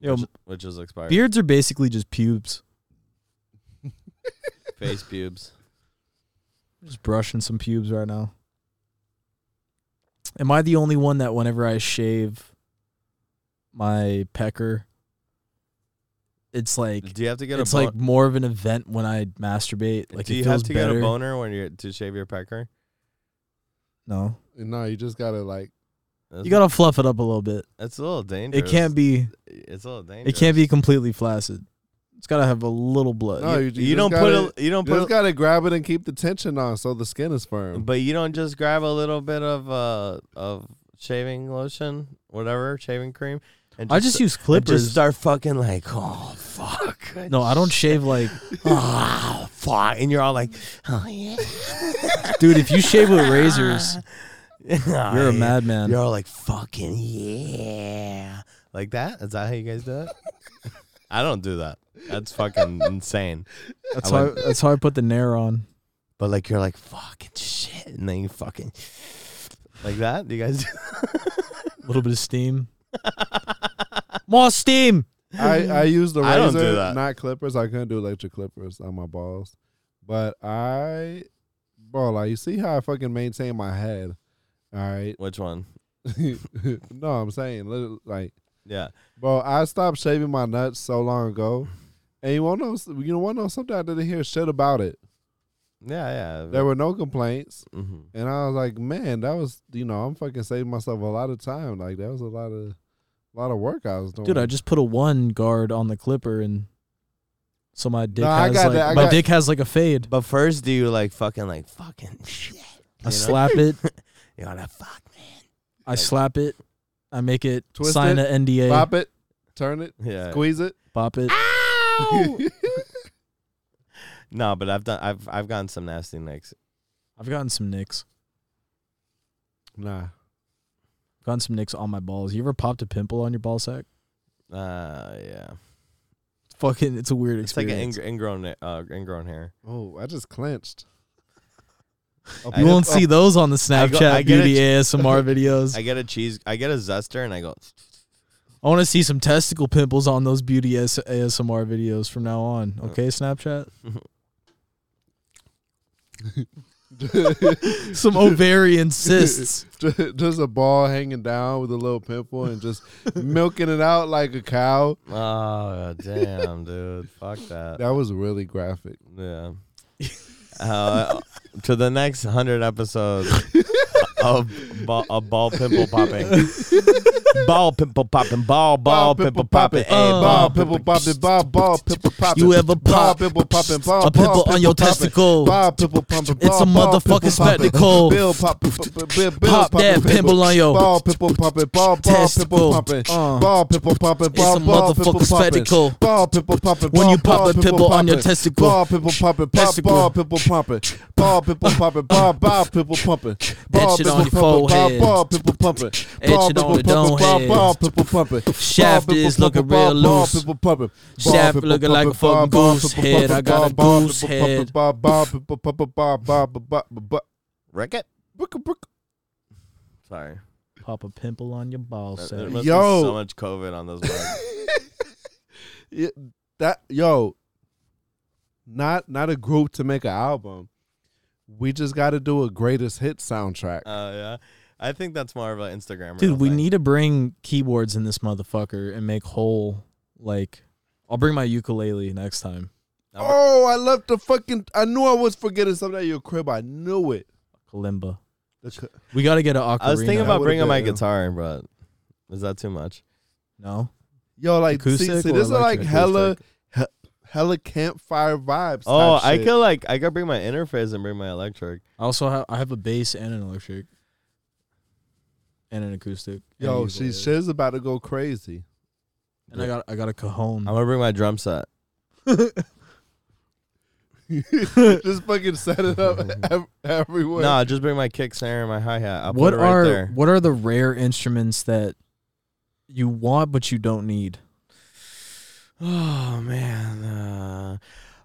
Yo,
which, which is expired.
beards are basically just pubes.
Face pubes.
Just brushing some pubes right now. Am I the only one that whenever I shave my pecker, it's like
Do you have to get
it's
a bon-
like more of an event when I masturbate. Like
Do
it
you
feels
have to
better.
get a boner when you are to shave your pecker?
No,
No, you just gotta like.
That's,
you gotta fluff it up a little bit.
It's a little dangerous.
It can't be.
It's a little dangerous.
It can't be completely flaccid. It's gotta have a little blood.
No, you,
You,
just
don't
gotta,
put a. You don't
You
put.
just
A,
gotta grab it and keep the tension on so the skin is firm.
but you don't just grab a little bit of uh of shaving lotion, whatever shaving cream. And
I just use
and
clippers.
Just start fucking like, oh fuck.
no, I don't shave like,
oh fuck, and you're all like, oh yeah.
dude. If you shave with razors, you're
You're
a madman.
You're all like fucking yeah, like that. Is that how you guys do it? I don't do that. That's fucking insane.
That's
I
how. I,
went-
that's how I put the nair on.
But like you're like fucking shit, and then you fucking like that. Do you guys? Do-
A little bit of steam. More steam.
I, I used the razor,
I don't do that.
not clippers. I couldn't do electric clippers on my balls. But I, bro, like, you see how I fucking maintain my head? All right.
Which one?
no, I'm saying, li- like,
Yeah.
bro, I stopped shaving my nuts so long ago. And you want to know, you want to know something? I didn't hear shit about it.
Yeah, yeah.
There were no complaints.
Mhm.
And I was like, man, that was, you know, I'm fucking saving myself a lot of time. Like, that was a lot of, lot of work I was doing.
Dude, I just put a one guard on the clipper and so my dick
No, I
has
got
like
that, I
my
got-
dick has like a fade.
But first, do you like fucking like fucking shit?
I slap it.
You wanna fuck, man?
I slap it. I make it
Twist
sign
it,
an NDA.
pop it, turn it,
Yeah.
squeeze it.
Bop it.
No, but I've done. I've I've gotten some nasty nicks.
I've gotten some nicks.
nah.
Gotten some nicks on my balls. You ever popped a pimple on your ball sack?
Uh, yeah.
It's fucking, it's a weird
It's like an
experience.
ing- ingrown na- uh, ingrown hair.
Oh, I just clenched. A
I-
you
pimp-
won't see
a-
those on the
I go-
Snapchat
I get
beauty
it.
ASMR videos.
I
I,
get a cheese. I get a zester, and I go.
want to see some testicle pimples on those beauty AS- ASMR videos from now on. Okay, Snapchat. some ovarian cysts.
ju- just a ball hanging down with a little pimple and just milking it out like a cow.
Oh damn, dude! Fuck that.
That was really graphic.
Yeah. Uh, to the next hundred episodes of ball, of ball pimple popping, ball pimple popping, ball ball pimple popping, hey,
uh,
ball
ball pimple popping, ball ball pimple popping.
You ever
ball
pop
pimple popping, ball
a pimple
ball
on your
popping,
testicle?
Ball pimple pumping,
It's a motherfucking spectacle.
Bill pop, p- p- bill
Pop
popping
that pimple on your
ball pimple pumping, ball ball pimple
testicle.
pumping,
Uh.
ball pimple pumping,
It's
ball
a
ball pimple
motherfucking
pumping,
spectacle.
ball pimple pumping.
When
ball,
you pop
ball,
a pimple on your
pumping,
testicle.
ball pimple pumping, pop
Testicle.
ball pimple pumping, ball pimple pumping, ball ball pimple pumping, ball
shit on
pimple
your
pumping, ball
forehead.
ball pimple pumping,
Etch
ball
it on
pimple
the
pumping, ball
dome
ball
head.
pimple pumping, ball
Shaft
pimple
is looking
pumping, ball
real
ball
loose.
pimple pumping, ball
Shaft
pimple
looking like a
pumping, ball
fucking
ball
goose
pimple
head. I
pumping,
got a
ball ball
goose
pimple pumping,
head.
ball ball pimple pumping, ball ball ball ball
Ricket.
ball.
Sorry,
Pop a pimple on your ball
there
sack.
must
Yo.
be so much COVID on this one.
Yeah, that yo, not not a group to make an album. We just got to do a greatest hit soundtrack.
Oh yeah, I think that's more of an Instagram. reel
Dude, we
thing.
need to bring keyboards in this motherfucker and make whole like I'll bring my ukulele next time.
oh, I left the fucking. I knew I was forgetting something at your crib. I knew it.
Kalimba.
The c-
We got to get an ocarina.
I was thinking
That
about
would've
bringing
been-
my
yeah.
guitar, but is that too much?
no.
Yo, like, see,
Acoustic
see
or
this is like
electric?
hella, he, hella campfire vibes. type
Oh, I
shit.
could like I could bring my interface and bring my electric.
I also have I have a bass and an electric and an acoustic. and a
Yo, she
ukulele.
she's about to go crazy.
And I got I got a cajon.
I'm gonna bring my drum set.
just fucking set it up ev- everywhere.
No, I'll just bring my kick snare and my hi hat. I'll
what
put it right
are
there.
what are the rare instruments that you want but you don't need?
Oh man, uh,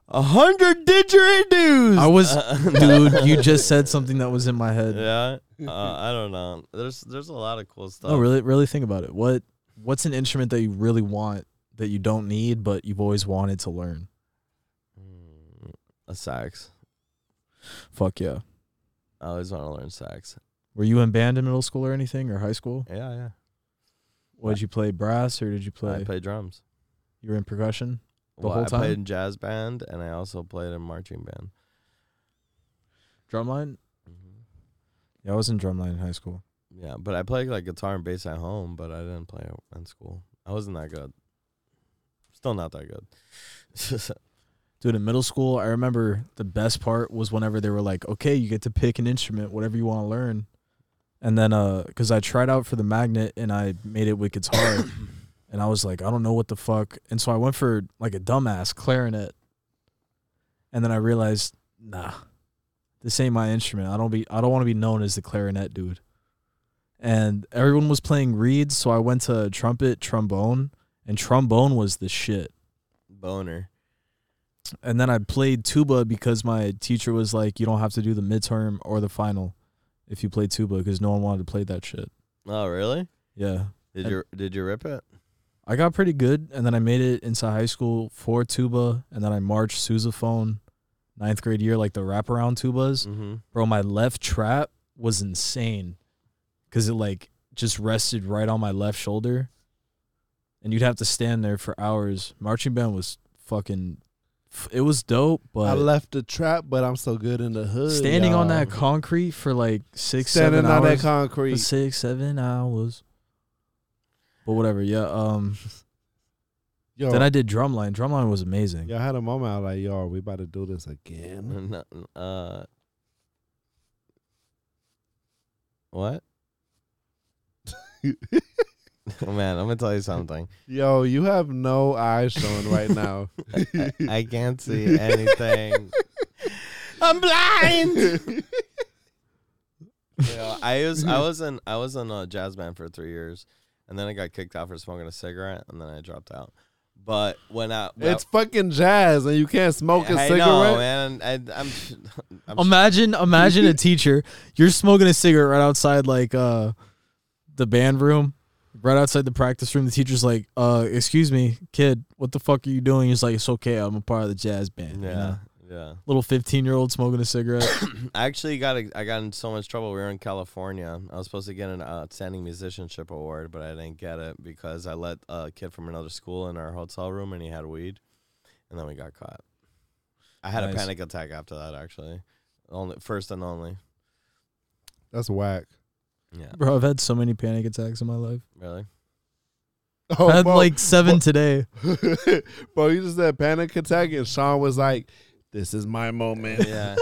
a hundred didgeridoos.
I was
Uh,
dude, you just said something that was in my head.
yeah. Uh, I don't
Oh,
know. There's there's a lot of cool stuff.
No, really, really think about it. What What's an instrument that you really want that you don't need, but you've always wanted to learn.
Hmm, A sax.
Fuck yeah.
I always want to learn sax.
Were you in band in middle school or anything or high school?
Yeah, yeah.
What did you play brass or did you play?
I play drums.
you were in percussion. The
well,
whole
I played
time?
in jazz band and I also played in marching band. Mm-hmm.
Drumline? Yeah, I was in drumline in high school.
Yeah, but I played like guitar and bass at home, but I didn't play it in school. I wasn't that good. Still not that good.
Dude, in middle school, I remember the best part was whenever they were like, "Okay, you get to pick an instrument, whatever you want to learn." And then, uh, because I tried out for the magnet and I made it with guitar, and I was like, I don't know what the fuck, and so I went for like a dumbass clarinet, and then I realized, nah, this ain't my instrument. I don't be, I don't want to be known as the clarinet dude. And everyone was playing reeds, so I went to trumpet, trombone, and trombone was the shit
Boner.
and then I played tuba because my teacher was like, "You don't have to do the midterm or the final if you play tuba," because no one wanted to play that shit.
Oh, really?
Yeah,
Did
And-
you did you rip it?
I got pretty good, and then I made it into high school for tuba, and then I marched sousaphone, ninth grade year, like the wraparound tubas.
Mm-hmm.
Bro, my left trap was insane, because it like just rested right on my left shoulder, and you'd have to stand there for hours. Marching band was fucking, f- it was dope, but
I left the trap, but I'm so good in the hood.
standing on
y'all.
that concrete for like six,
standing
seven
on
hours.
that concrete.
for six, seven hours. But whatever, yeah. Um,
Yo,
then I did drumline. Drumline was amazing.
y'all had a moment I was like, yo, are we about to do this again?
Mm.
uh, what? Oh, man, I'm gonna tell you something.
Yo, you have no eyes showing right now.
I, I can't see anything.
I'm blind.
You know, I was I was in I was in a jazz band for three years, and then I got kicked out for smoking a cigarette, and then I dropped out. But when I
it's fucking jazz, and you can't smoke a
I
cigarette.
know, man. I, I'm, I'm
Imagine, imagine a teacher. You're smoking a cigarette right outside, like uh, the band room, right outside the practice room. The teacher's like, "Uh, excuse me, kid, what the fuck are you doing?" He's like, "It's okay, I'm a part of the jazz band." you
yeah,
know?
yeah.
Little fifteen year old smoking a cigarette.
I actually got a, I got in so much trouble. We were in California. I was supposed to get an outstanding musicianship award, but I didn't get it because I let a kid from another school in our hotel room, and he had weed, and then we got caught. I had
Nice.
a panic attack after that, actually. Only first and only.
That's whack.
Yeah,
Bro, I've had so many panic attacks in my life.
really.
Oh,
I had
bro.
like seven today.
bro, you just had panic attack, and Sean was like, "This is my moment."
Yeah,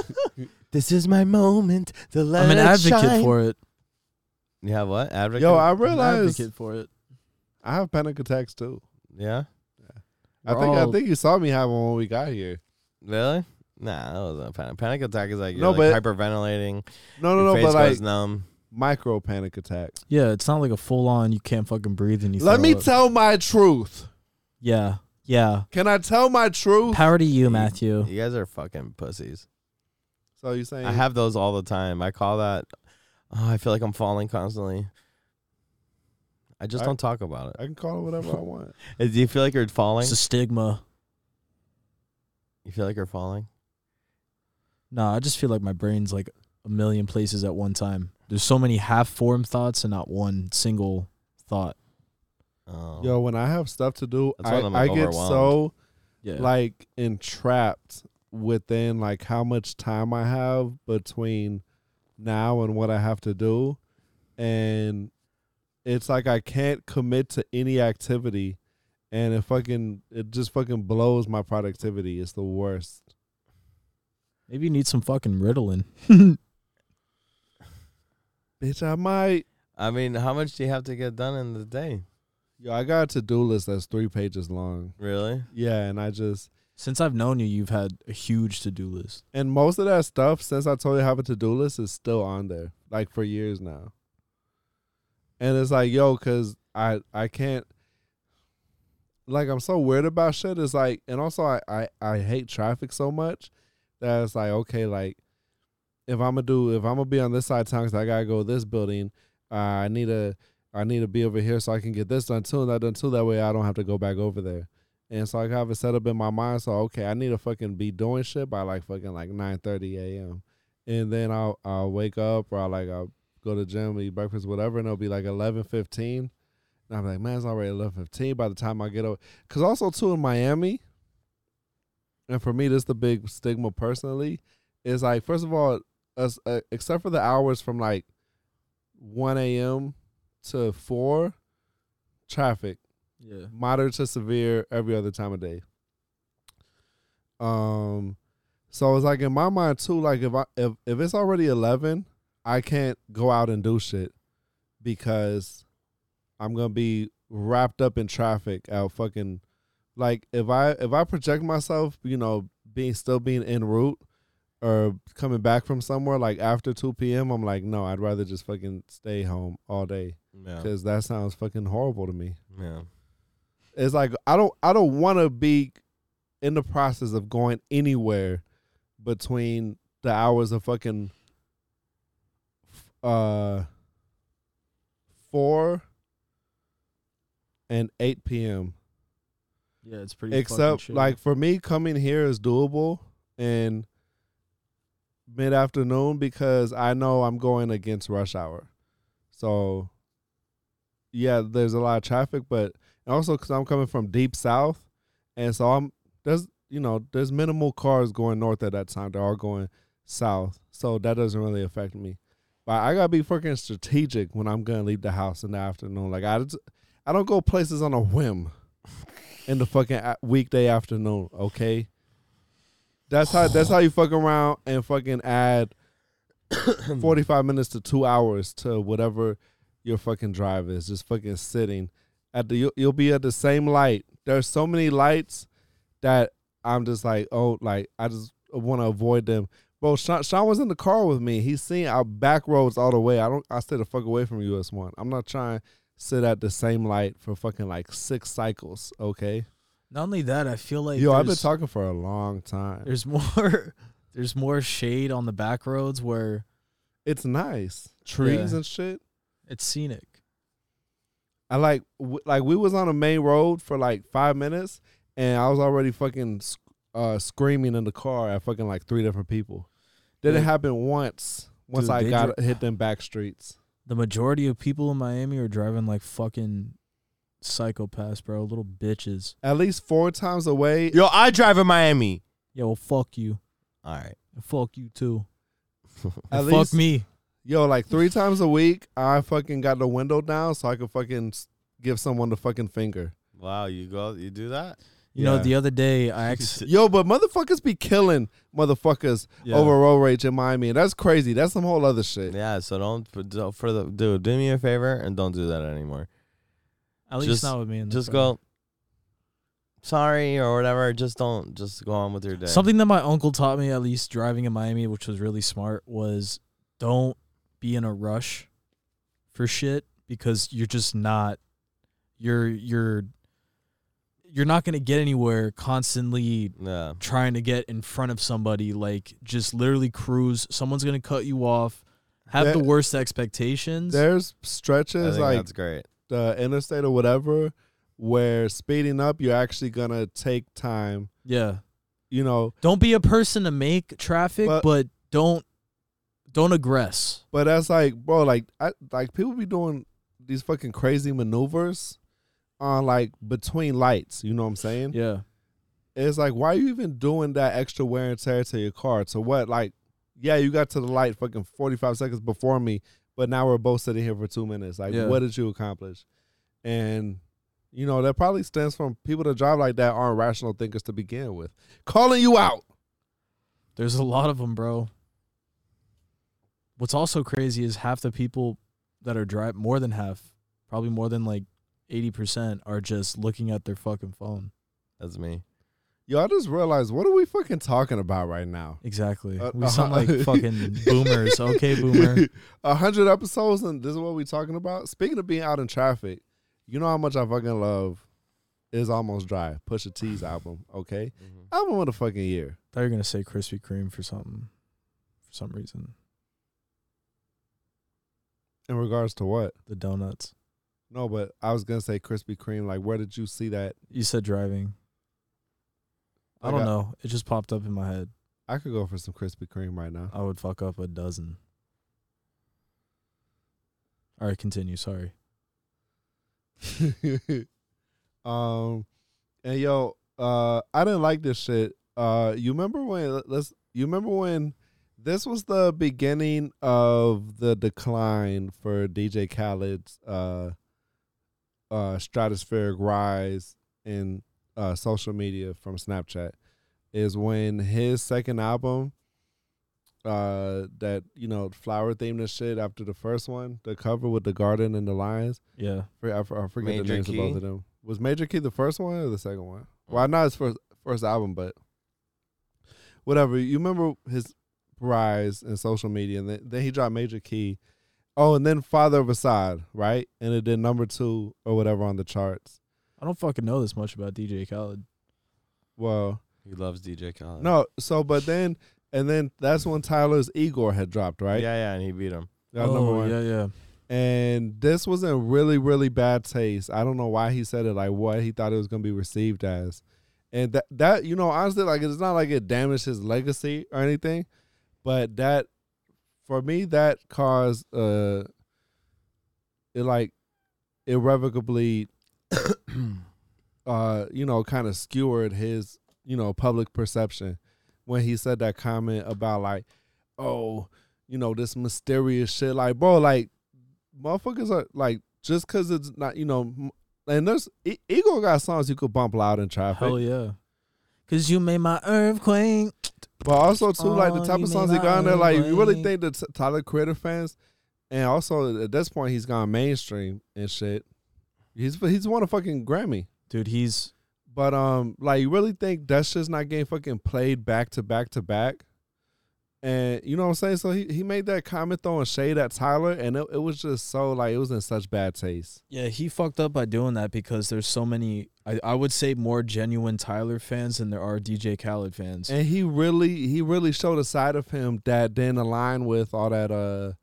this is my moment.
the
I'm an advocate for it.
You have what advocate?
Yo, I
I'm an
realized
advocate for it.
I have panic attacks too.
yeah,
I
We're
think I
all-
think you saw me have one when we got here.
really. Nah, that wasn't a panic. Panic attack is like you're
No,
like
but-
hyperventilating.
No, no,
your
no,
face
but like
goes numb.
micro panic attacks.
Yeah, it's not like a full on. You can't fucking breathe and you.
Let
throw
me
up.
tell my truth.
Yeah, yeah.
Can I tell my truth?
Power to you, Matthew.
You guys are fucking pussies.
So you saying
I have those all the time. I call that. Oh, I feel like I'm falling constantly. I just
I-
don't talk about
I can call it whatever I want.
it. Uh, Do you feel like you're falling?
It's a stigma.
You feel like you're falling?
Nah, I just feel like my brain's like a million places at one time. There's so many half formed thoughts and not one single thought.
Oh.
Yo, when I have stuff to do,
That's
I,
when I'm
I get so
overwhelmed.
Yeah,
like entrapped within like how much time I have between now and what I have to do. And it's like I can't commit to any activity and it fucking it just fucking blows my productivity. It's the worst.
maybe you need some fucking Ritalin.
Bitch, I might
I mean, how much do you have to get done in the day?
yo, I got a to do list that's three pages long.
Really?
Yeah, and I just
Since I've known you, you've had a huge to do list.
and most of that stuff since I told you I have a to do list is still on there, like for years now. And it's like, yo, cause I I can't like I'm so weird about shit. It's like and also I I, I hate traffic so much that it's like, okay, like if I'ma do if I'm gonna be on this side of town 'cause I gotta go to this building, uh, I need to I need to be over here so I can get this done too and that done too. That way I don't have to go back over there. And so I have it set up in my mind. So okay, I need to fucking be doing shit by like fucking like nine thirty a.m. And then I'll I'll wake up or I like I'll go to gym, eat breakfast, whatever, and it'll be like eleven fifteen. And I'm like, man, it's already eleven fifteen by the time I get over. Cause also too in Miami, and for me, this the big stigma personally, is like first of all, us uh, except for the hours from like one a.m. to four, traffic
Yeah.
moderate to severe every other time of day. Um, so it's like in my mind too. Like if I if if it's already eleven, I can't go out and do shit because I'm gonna be wrapped up in traffic out fucking. Like if I if I project myself, you know, being still being en route or coming back from somewhere like after two p.m., I'm like, no, I'd rather just fucking stay home all day
Yeah.
because that sounds fucking horrible to me.
Yeah.
It's like I don't I don't want to be in the process of going anywhere between the hours of fucking uh 4 and 8 p.m.
Yeah, it's pretty.
Except like for me coming here is doable in mid afternoon because I know I'm going against rush hour. So yeah, there's a lot of traffic, but and also because I'm coming from deep south, and so I'm there's you know there's minimal cars going north at that time. They're all going south, so that doesn't really affect me. But I gotta be fucking strategic when I'm gonna leave the house in the afternoon. Like I, just- I don't go places on a whim in the fucking a- weekday afternoon. Okay, that's how that's how you fuck around and fucking add forty five minutes to two hours to whatever your fucking drive is. Just fucking sitting at the you'll, you'll be at the same light. There's so many lights that I'm just like, oh, like I just want to avoid them. Bro, Sean, Sean was in the car with me. He's seen our back roads all the way. I don't. I stay the fuck away from US one. I'm not trying to sit at the same light for fucking like six cycles. Okay.
not only that, I feel like
Yo, I've been
there's-
talking for a long time.
There's more. There's more shade on the back roads where
It's nice, trees and shit.
it's scenic.
I like w- like we was on a main road for like five minutes, and I was already fucking sc- uh, screaming in the car at fucking like three different people. Did it
Dude.
happen once? Once
Dude,
I
they
got
dri-
hit them back streets.
The majority of people in Miami are driving like fucking psychopaths, bro. Little bitches.
At least four times away.
Yo, I drive in Miami.
Yeah, well, fuck you.
All right.
And fuck you too.
At
And
least
fuck me.
yo, like three times a week, I fucking got the window down so I could fucking s- give someone the fucking finger.
Wow, you go, you do that?
You
Yeah.
know, the other day I accidentally.
Yo, but motherfuckers be killing motherfuckers over road rage in Miami. And that's crazy. That's some whole other shit.
Yeah. So don't for, don't- for the dude. Do me a favor and don't do that anymore.
At least
Just-
not with me. In the
Just
car.
go. Sorry or whatever. Just don't. Just go on with your day.
Something that my uncle taught me, at least driving in Miami, which was really smart, was don't be in a rush for shit because you're just not you're you're you're not gonna get anywhere constantly
Yeah.
trying to get in front of somebody. Like just literally cruise. Someone's gonna cut you off. Have
There-
the worst expectations.
There's
I
stretches
think
like
that's great.
the interstate or whatever where speeding up you're actually gonna take time
Yeah.
you know
Don't be a person to make traffic,
But-
but, don't don't aggress.
but that's like bro like I, like people be doing these fucking crazy maneuvers on like between lights you know what i'm saying
Yeah.
it's like why are you even doing that extra wear and tear to your car to what like yeah you got to the light fucking 45 seconds before me but now we're both sitting here for two minutes like
Yeah.
what did you accomplish and you know that probably stems from people that drive like that aren't rational thinkers to begin with calling you out
There's a lot of them, bro. What's also crazy is half the people that are drive more than half, probably more than like 80% are just looking at their fucking phone.
That's me.
Yo, I just realized what are we fucking talking about right now?
Exactly.
Uh,
we sound
uh-huh.
like fucking boomers. Okay, boomer.
A hundred episodes and this is what we talking about. Speaking of being out in traffic, you know how much I fucking love is almost dry. Pusha T's album, okay? Album of the fucking year.
thought you were going to say Krispy Kreme for something for some reason.
In regards to what?
The donuts.
No, but I was gonna say Krispy Kreme. Like, where did you see that?
You said driving. I
Like,
don't know. It just popped up in my head.
I could go for some Krispy Kreme right now.
I would fuck up a dozen. All right, continue. Sorry.
um, and yo, uh, I didn't like this shit. Uh, you remember when? Let's. You remember when? This was the beginning of the decline for DJ Khaled's uh, uh, stratospheric rise in uh, social media from Snapchat. Is when his second album, uh, that you know, flower themed and shit after the first one, the cover with the garden and the lions.
Yeah.
For- I, for- I forget the
Major
names of both
Key? Mm.
of them. Was Major Key the first one or the second one? Well, I know his first first album, but whatever. You remember his rise in social media, and then, then he dropped Major Key. Oh, and then Father of Assad, right? And it did number two or whatever on the charts.
I don't fucking know this much about DJ Khaled.
Well,
He loves DJ Khaled.
no. So, but then and then that's when Tyler's Igor had dropped,
Yeah,
right?
yeah, and he beat him.
That was number one.
Oh, yeah, yeah.
and this was in really really bad taste i don't know why he said it like what he thought it was going to be received as and that that you know honestly like it's not like it damaged his legacy or anything but that for me that caused uh it like irrevocably uh you know kind of skewered his you know public perception when he said that comment about like oh you know this mysterious shit like bro like motherfuckers are like just because it's not you know m- and there's E- Eagle got songs you could bump loud in traffic,
Hell yeah. Cause you made my earthquake.
but also too like the
Oh,
type
you
of songs he
mean
got in there.
like
Like you really
Wayne.
think that Tyler Creator fans, and also at this point he's gone mainstream and shit. He's he's won a fucking Grammy,
Dude, he's
but um like you really think that shit's not getting fucking played back to back to back, and you know what I'm saying. So he he made that comment throwing shade at Tyler, and it, it was just so like it was in such bad taste.
yeah, he fucked up by doing that because there's so many I, I would say more genuine Tyler fans than there are DJ Khaled fans.
And he really he really showed a side of him that didn't align with all that uh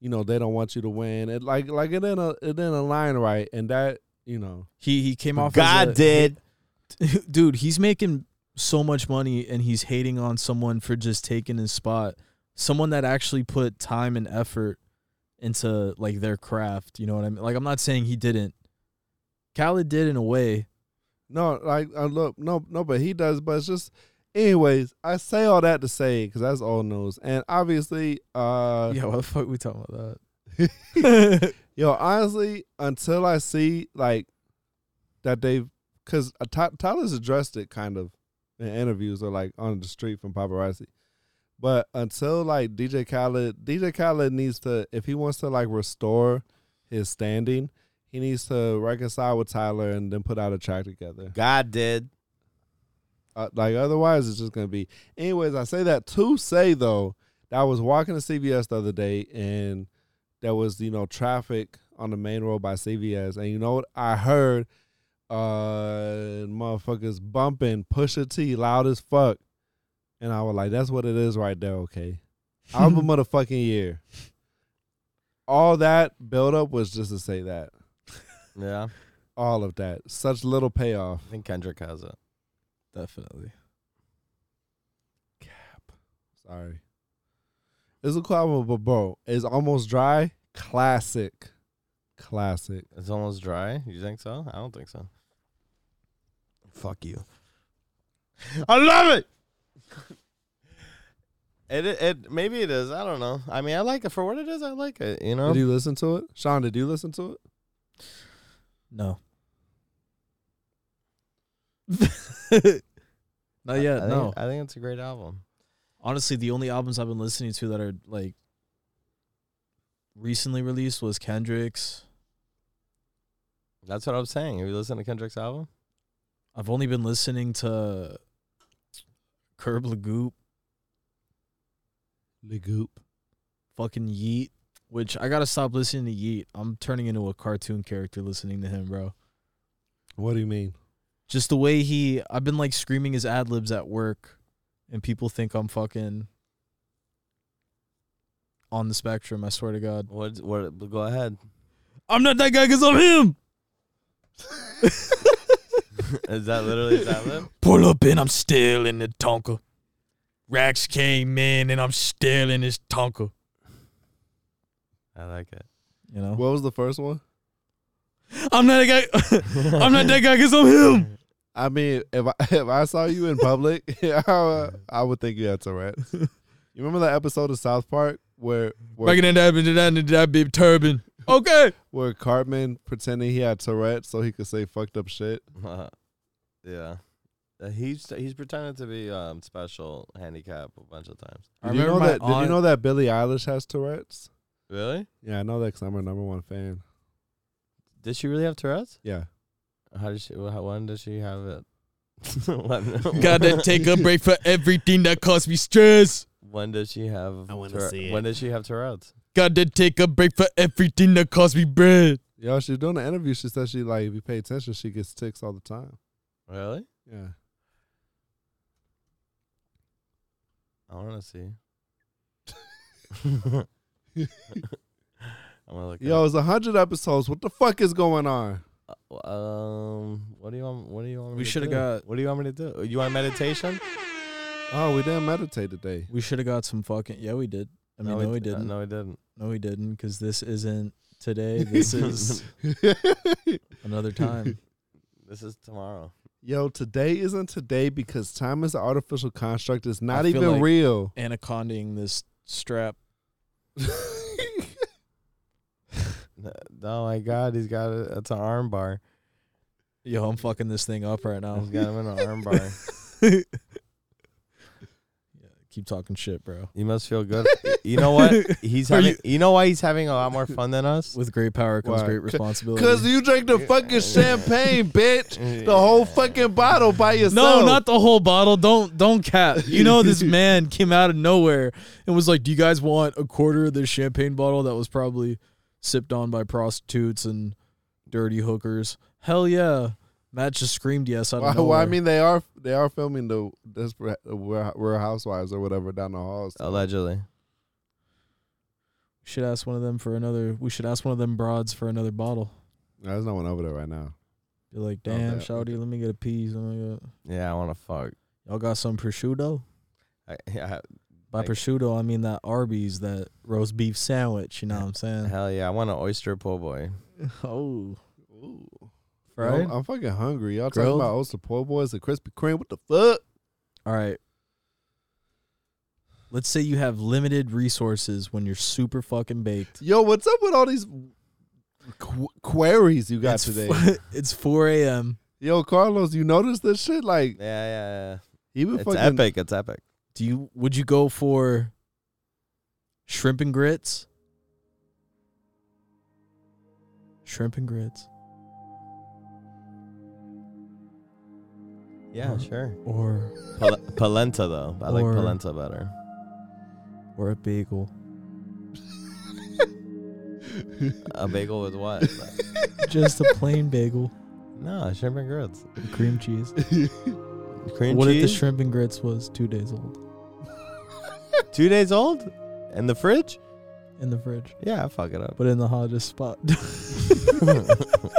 you know, they don't want you to win. It like like it didn't uh, it didn't align right and that, you know.
he he came off
God
as a,
did.
dude, he's making so much money and he's hating on someone for just taking his spot. Someone that actually put time and effort into like their craft, you know what I mean? Like I'm not saying he didn't. Khaled did in a way.
No, like I look no no but he does but it's just anyways, I say all that to say cuz that's old news. And obviously uh
yeah, what the fuck we talking about that?
Yo, honestly, until I see like that they've, because Tyler's addressed it kind of in interviews or like on the street from paparazzi, but until like DJ Khaled, DJ Khaled needs to if he wants to like restore his standing, he needs to reconcile with Tyler and then put out a track together.
God did.
Uh, like otherwise, it's just gonna be. Anyways, I say that to say though that I was walking to CVS the other day and there was you know traffic on the main road by CVS, and you know what I heard? Uh, motherfuckers bumping Pusha T loud as fuck, and I was like, that's what it is right there. Okay, album of the fucking year. All that build up was just to say that.
Yeah,
All of that, such little payoff.
I think Kendrick has it.
Definitely.
Sorry. It's a cool album, but bro, it's almost dry. Classic. Classic.
It's almost dry. You think so? I don't think so. Fuck you. I love it. It, it it maybe it is. I don't know. I mean, I like it for what it is. I like it. You know.
Did you listen to it? Sean, did you listen to it?
No. not yet,
I think,
no.
I think it's a great album.
honestly the only albums I've been listening to that are like recently released was Kendrick's.
That's what I'm saying. Have you listened to Kendrick's album?
I've only been listening to Curb Lagoop,
Legoop.
fucking Yeet, which I gotta stop listening to Yeet. I'm turning into a cartoon character listening to him, bro.
What do you mean?
Just the way he, I've been like screaming his ad libs at work, and people think I'm fucking on the spectrum. I swear to God.
What? What? Go ahead.
I'm not that guy because I'm him.
Is that literally Zatlib?
Pull up and I'm still in the Tonka. Rax came in and I'm still in his Tonka.
I like it.
You know,
What was the first one?
I'm not that guy. I'm not that guy because I'm him.
I mean, if I if I saw you in public, I, I would think you had Tourette's. You remember that episode of South Park where where,
Breaking that into that into that big turban. Okay.
where Cartman pretending he had Tourette's so he could say fucked up shit?
yeah. Uh, he's he's pretended to be um, special handicap a bunch of times.
I
Did you know
remember my
that? Did you
aunt-
know that Billie Eilish has Tourette's?
Really?
Yeah, I know that because I'm her number one fan.
Did she really have Tourette's?
Yeah,
How did she? How, when did she have it? when,
Gotta take a break for everything that caused me stress.
When did she have?
I wanna
Tourette-
see it.
When did she have Tourette's?
Gotta take a break for everything that caused me bread.
yo, she was doing an interview. She said she like if you pay attention, she gets ticks all the time.
Really?
Yeah,
I want to see. I'm gonna look.
yo, it's hundred episodes. What the fuck is going on?
Up. Um. What do you want? What do you want? Me
We
to
shoulda
do?
got-
What do you want me to do? You want meditation?
Oh, we didn't meditate today.
We should have got some fucking. Yeah, we did. I mean, no, we
d-
didn't.
No, we didn't.
No, we didn't, because this isn't today. This is another time.
This is tomorrow.
Yo, today isn't today because time is an artificial construct. It's not
I feel
even
like-
real.
Anaconding this strap.
N- Oh my God, he's got it. It's an arm bar.
Yo, I'm fucking this thing up right now.
He's got him in an arm bar.
Keep talking shit, bro.
He must feel good. You know what? He's
Are
having. You, know why he's having a lot more fun than us?
With great power comes
Why?
great
C-
responsibility.
Cause you drank the fucking champagne, bitch. The whole fucking bottle by yourself.
no, not the whole bottle. Don't don't cap. You know this man came out of nowhere and was like, "Do you guys want a quarter of this champagne bottle that was probably sipped on by prostitutes and dirty hookers?" Hell yeah! Matt just screamed yes out of
Well,
nowhere.
well, I mean, they are they are filming the Desperate Real Real Housewives or whatever down the halls.
Allegedly.
should ask one of them for another. We should ask one of them broads for another bottle.
There's no one over there right now.
Be like,
Oh,
"Damn,
that-
shawty, let me get a piece." Oh my God.
Yeah, I want to fuck.
Y'all got some prosciutto?
I, yeah,
By
Like-
prosciutto, I mean that Arby's, that roast beef sandwich. You know what I'm saying?
hell yeah, I want an oyster po' boy.
Oh,
Right?
right.
I'm, I'm fucking hungry. Y'all
Grilled?
talking about Oyster Poor Boys and Krispy Kreme? What the fuck?
All right. Let's say you have limited resources when you're super fucking baked.
Yo, what's up with all these qu- queries you got
it's,
today?
f- it's 4 a.m.
Yo, Carlos, you notice this shit? Like
Yeah, yeah,
even
yeah. It's
fucking
epic. It's epic.
Do you would you go for shrimp and grits? Shrimp and grits
Yeah, sure.
or
Pal- polenta though. I like
Or-
polenta better.
or a bagel.
A bagel with what?
Just a plain bagel,
no, shrimp and grits.
with cream cheese.
Cream
what if the
cheese.
shrimp and grits was 2 days old
Two days old, in the fridge.
in the fridge,
Yeah, I fuck it up.
but in the hottest spot?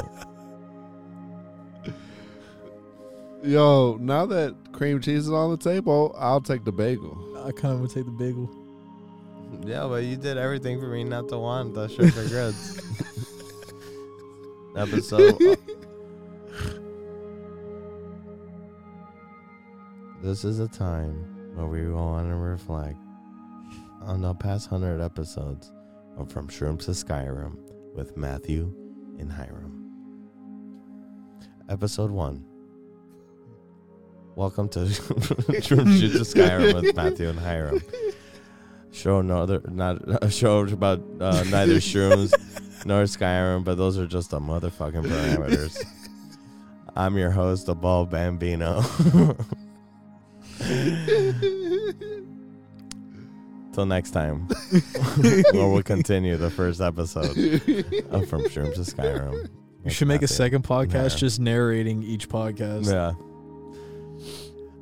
Yo, now that cream cheese is on the table, I'll take the bagel.
I kind of would take the bagel.
Yeah, but you did everything for me not to want the shrimp and grits. Episode. this is a time where we want to reflect on the past hundred episodes of From Shrooms to Skyrim with Matthew and Hiram. Episode one. Welcome to Shrooms to Skyrim with Matthew and Hiram show another not a show about uh, neither shrooms nor Skyrim, but those are just the motherfucking parameters. I'm your host, the bald bambino. Till next time, where we'll continue the first episode of From Shrooms to Skyrim.
You should make a
That's it.
second podcast
Yeah.
just narrating each podcast.
Yeah.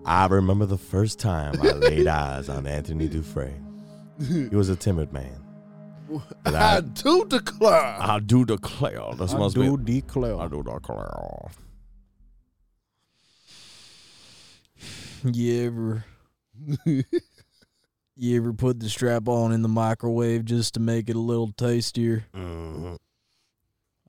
I remember the first time I laid eyes on Anthony Dufresne. He was a timid man.
I do declare.
I do declare. This must be. I
declare.
do declare.
You ever, you ever put the strap on in the microwave just to make it a little tastier?
Mhm,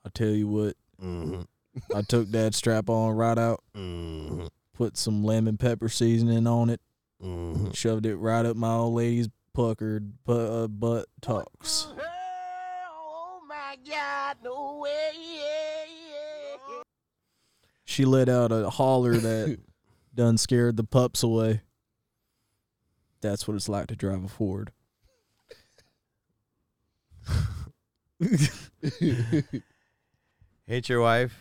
I tell you what,
mhm,
I took that strap on right out,
mhm,
put some lemon pepper seasoning on it,
mhm.
shoved it right up my old lady's puckered bu- uh, butt tucks.
Oh my God! No way!
She let out a holler that done scared the pups away. That's what it's like to drive a Ford.
Hate your wife.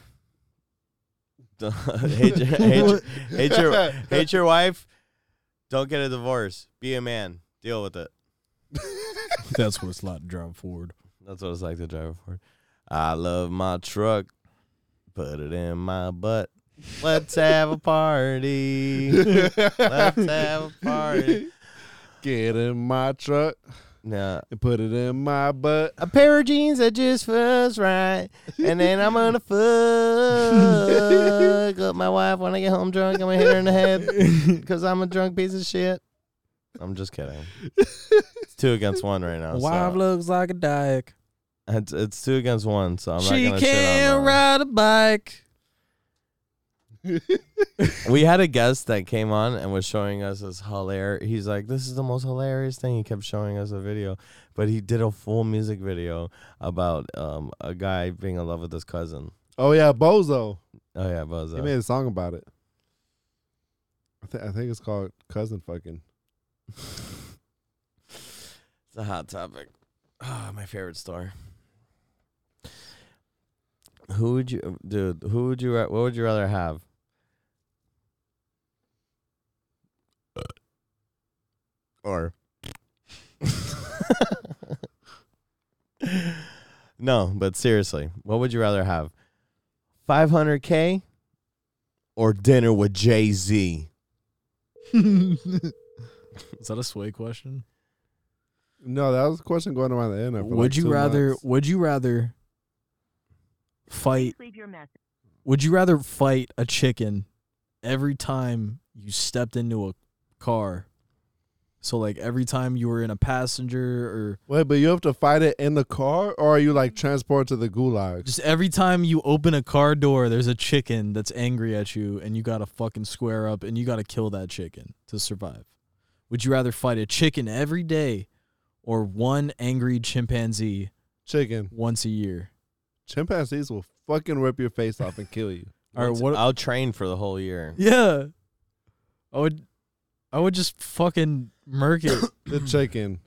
Don't- hate, your, hate, your, hate your hate your wife. Don't get a divorce. Be a man. Deal with it.
That's what it's like to drive a Ford.
That's what it's like to drive a Ford. I love my truck. Put it in my butt. Let's have a party. Let's have a party.
Get in my truck
Now,
and put it in my butt.
a pair of jeans that just fits right, and then I'm gonna fuck up my wife when I get home drunk. I'm gonna hit her in the head because I'm a drunk piece of shit. I'm just kidding. It's two against one right now.
Wife
So
looks like a dyke.
it's, it's two against one, so I'm
she
not gonna shit
can't
on that.
ride a bike.
We had a guest that came on and was showing us this hilarious. He's like, "This is the most hilarious thing." He kept showing us a video, but he did a full music video about um, a guy being in love with his cousin.
Oh yeah, Bozo.
Oh yeah, Buzz.
He made a song about it. I, th- I think it's called Cousin Fucking.
It's a hot topic. Ah, my favorite store. Who would you, dude? Who would you? ra- What would you rather have? Or no, but seriously, what would you rather have? Five hundred k or dinner with Jay Z?
Is that a sway question?
No, that was a question going around the internet. for
Would
like
you
two
rather?
months.
Would you rather fight?
Leave your message.
Would you rather fight a chicken every time you stepped into a car? So like every time you were in a passenger, or
Wait, but you have to fight it in the car, or are you like transported to the gulag?
just every time you open a car door, there's a chicken that's angry at you, and you gotta fucking square up, and you gotta kill that chicken to survive. Would you rather fight a chicken every day, or one angry chimpanzee
Chicken.
once a year?
Chimpanzees will fucking rip your face off and kill you.
All right, what
I'll train for the whole year.
Yeah. I would I would just fucking murk it.
The chicken.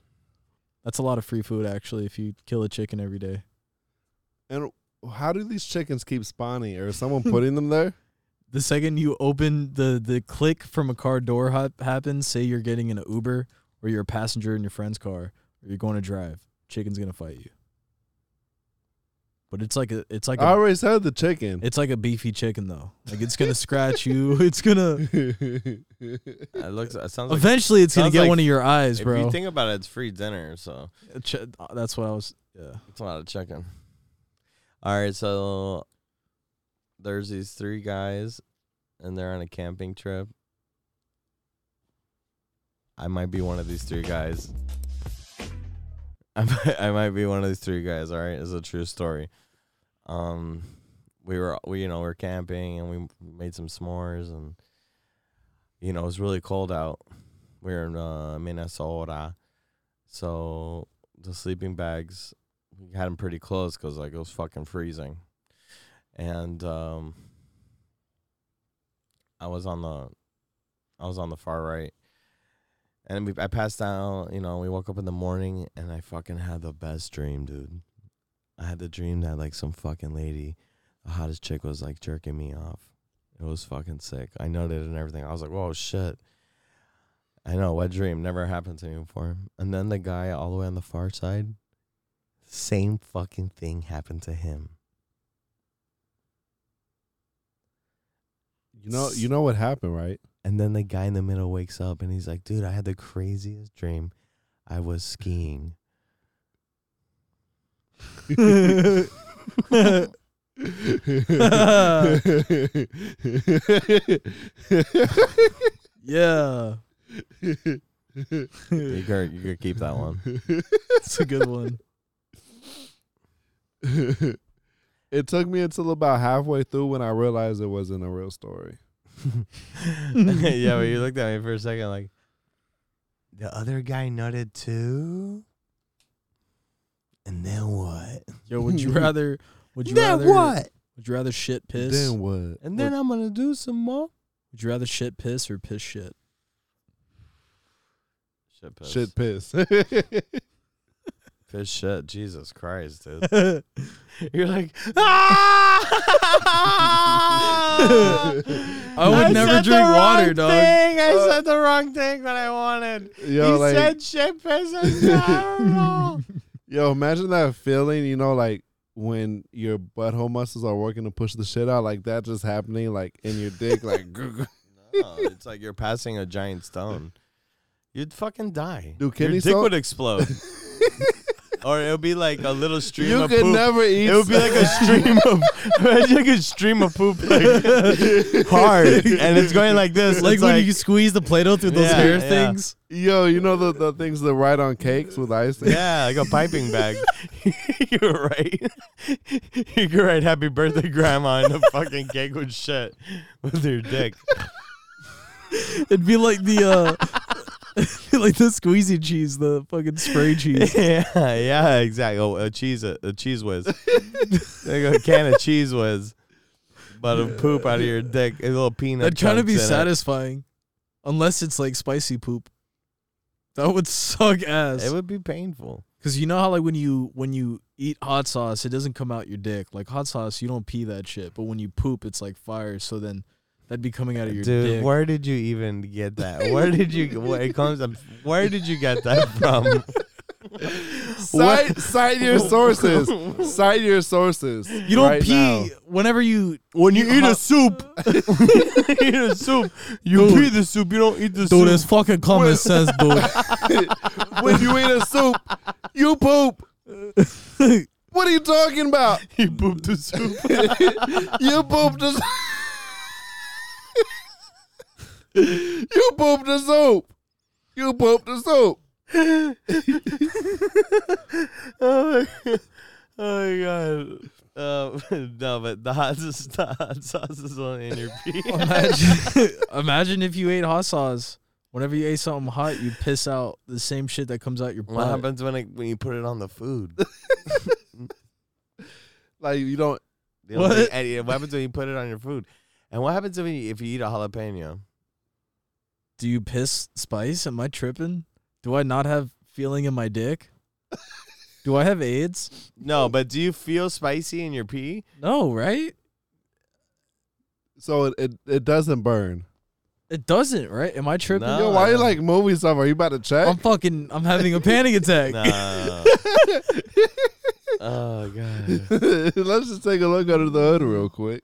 That's a lot of free food actually if you kill a chicken every day.
And how do these chickens keep spawning? Or is someone putting them there?
The second you open the the click from a car door hop happens, say you're getting an Uber or you're a passenger in your friend's car or you're going to drive, chicken's going to fight you. But it's like a it's like
I
a,
already said the chicken.
it's like a beefy chicken though. Like it's going to scratch you. It's going to
It looks. It sounds like
eventually it's going
sounds
to get
like-
one of your eyes,
if
bro.
you think about it, it's free dinner. So
Ch- that's what I was yeah.
It's a lot of checking. All right, so there's these three guys, and they're on a camping trip. I might be one of these three guys. I might, I might be one of these three guys. All right, it's a true story. Um, we were we you know we we're camping and we made some s'mores and you know it was really cold out. We were in uh, Minnesota, so the sleeping bags we had them pretty close because like it was fucking freezing, and um, I was on the, I was on the far right, and we I passed out. You know, we woke up in the morning, and I fucking had the best dream, dude. I had the dream that like some fucking lady, the hottest chick, was like jerking me off. It was fucking sick. I noted it and everything. I was like, whoa, shit. I know, what dream? Never happened to me before. And then the guy all the way on the far side, same fucking thing happened to him.
you know you know what happened, right?
And then the guy in the middle wakes up and he's like, dude, I had the craziest dream. I was skiing.
yeah,
You could, you could keep that one.
it's a good one.
it took me until about halfway through when I realized it wasn't a real story.
yeah, but you looked at me for a second like, the other guy nutted too? And then what?
Yo, would you rather? Would you rather? Would you rather shit piss?
Then what?
And then I'm going to do some more.
Would you rather shit piss or piss shit?
Shit piss.
Shit piss.
Piss shit. Jesus Christ, dude. You're like, ah!
I would never
said the
drink water,
wrong
dog.
Thing. I said the wrong thing that I wanted.
yo,
he
like,
said shit piss is terrible.
yo, imagine that feeling, you know, like when your butthole muscles are working to push the shit out, like that just happening, like in your dick, like, grr, grr.
no, it's like you're passing a giant stone. You'd fucking die.
Dude,
Your
kidney
dick
stone-
would explode. or it would be like a little stream
you
of
could
poop.
never eat.
It would be like a stream of imagine like a stream of poop like, hard and it's going like this.
Like
it's
when you squeeze the play-doh through those
Yeah,
hair
yeah.
things.
yo, you know the, the things that ride on cakes with ice.
yeah, like a piping bag. You're right. you could write "Happy Birthday, Grandma" in a fucking cake with shit with your dick.
It'd be like the uh, it'd be like the squeezy cheese, the fucking spray cheese.
yeah, yeah, exactly. Oh, a cheese, a, cheese whiz, like a can of cheese whiz, but a poop out of your dick, a little peanut.
That'd kind of
chunks
be
in it.
satisfying, unless it's like spicy poop. That would suck ass.
It would be painful.
Cause you know how like when you when you eat hot sauce, it doesn't come out your dick. Like hot sauce, you don't pee that shit. But when you poop, it's like fire. So then that'd be coming out of your
Dude,
dick.
where did you even get that? Where did you? Where it comes? Where did you get that from?
Cite, cite your sources. Cite your sources.
You don't
right
pee
now.
whenever you
When you eat
Uh,
a soup, eat a soup. You
Dude.
pee the soup. You don't eat the
Dude,
soup.
it's fucking common sense, dude.
when you eat a soup, you poop. What are you talking about?
He pooped the soup.
You pooped the soup. you pooped the soup. You pooped the soup.
oh my god. Oh my god. Uh, no, but the hot sauce, the hot sauce is on in your pee.
Imagine, imagine if you ate hot sauce. Whenever you ate something hot, you piss out the same shit that comes out your
What
butt.
happens when it, when you put it on the food?
Like you don't.
The only-
What?
and, yeah, what happens when you put it on your food? And what happens if you, if you eat a jalapeno?
Do you piss spice? Am I tripping? Do I not have feeling in my dick? Do I have AIDS?
No, but do you feel spicy in your pee?
No, right?
So it, it, it doesn't burn.
It doesn't, right? Am I tripping?
Oh, No.
Yo, why you like movie stuff? Are you about to check?
I'm fucking. I'm having a panic attack.
No. oh god.
Let's just take a look under the hood real quick.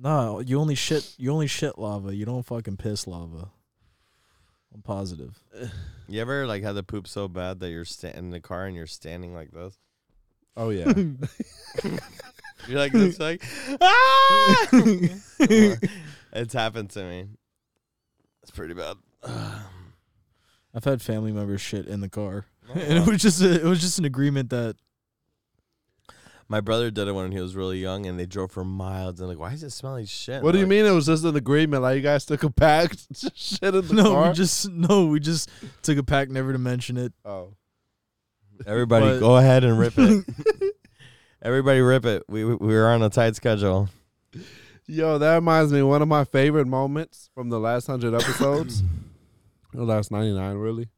No, you only shit. You only shit lava. You don't fucking piss lava. I'm positive.
You ever like had to poop so bad that you're sta- in the car and you're standing like this?
Oh yeah.
You're like this, like ah! it's happened to me. It's pretty bad.
I've had family members shit in the car, and it was just a, it was just an agreement that
My brother did it when he was really young, and they drove for miles. And like, why does it smell like shit?
What do you
Like,
mean it was just an agreement? Like you guys took a pact, just shit in the
no,
car.
we just no, we just took a pact never to mention it.
oh,
Everybody,
But-
go ahead and rip it. Everybody, rip it. We we we were on a tight schedule.
yo, that reminds me. One of my favorite moments from the last hundred episodes, the last ninety nine, really.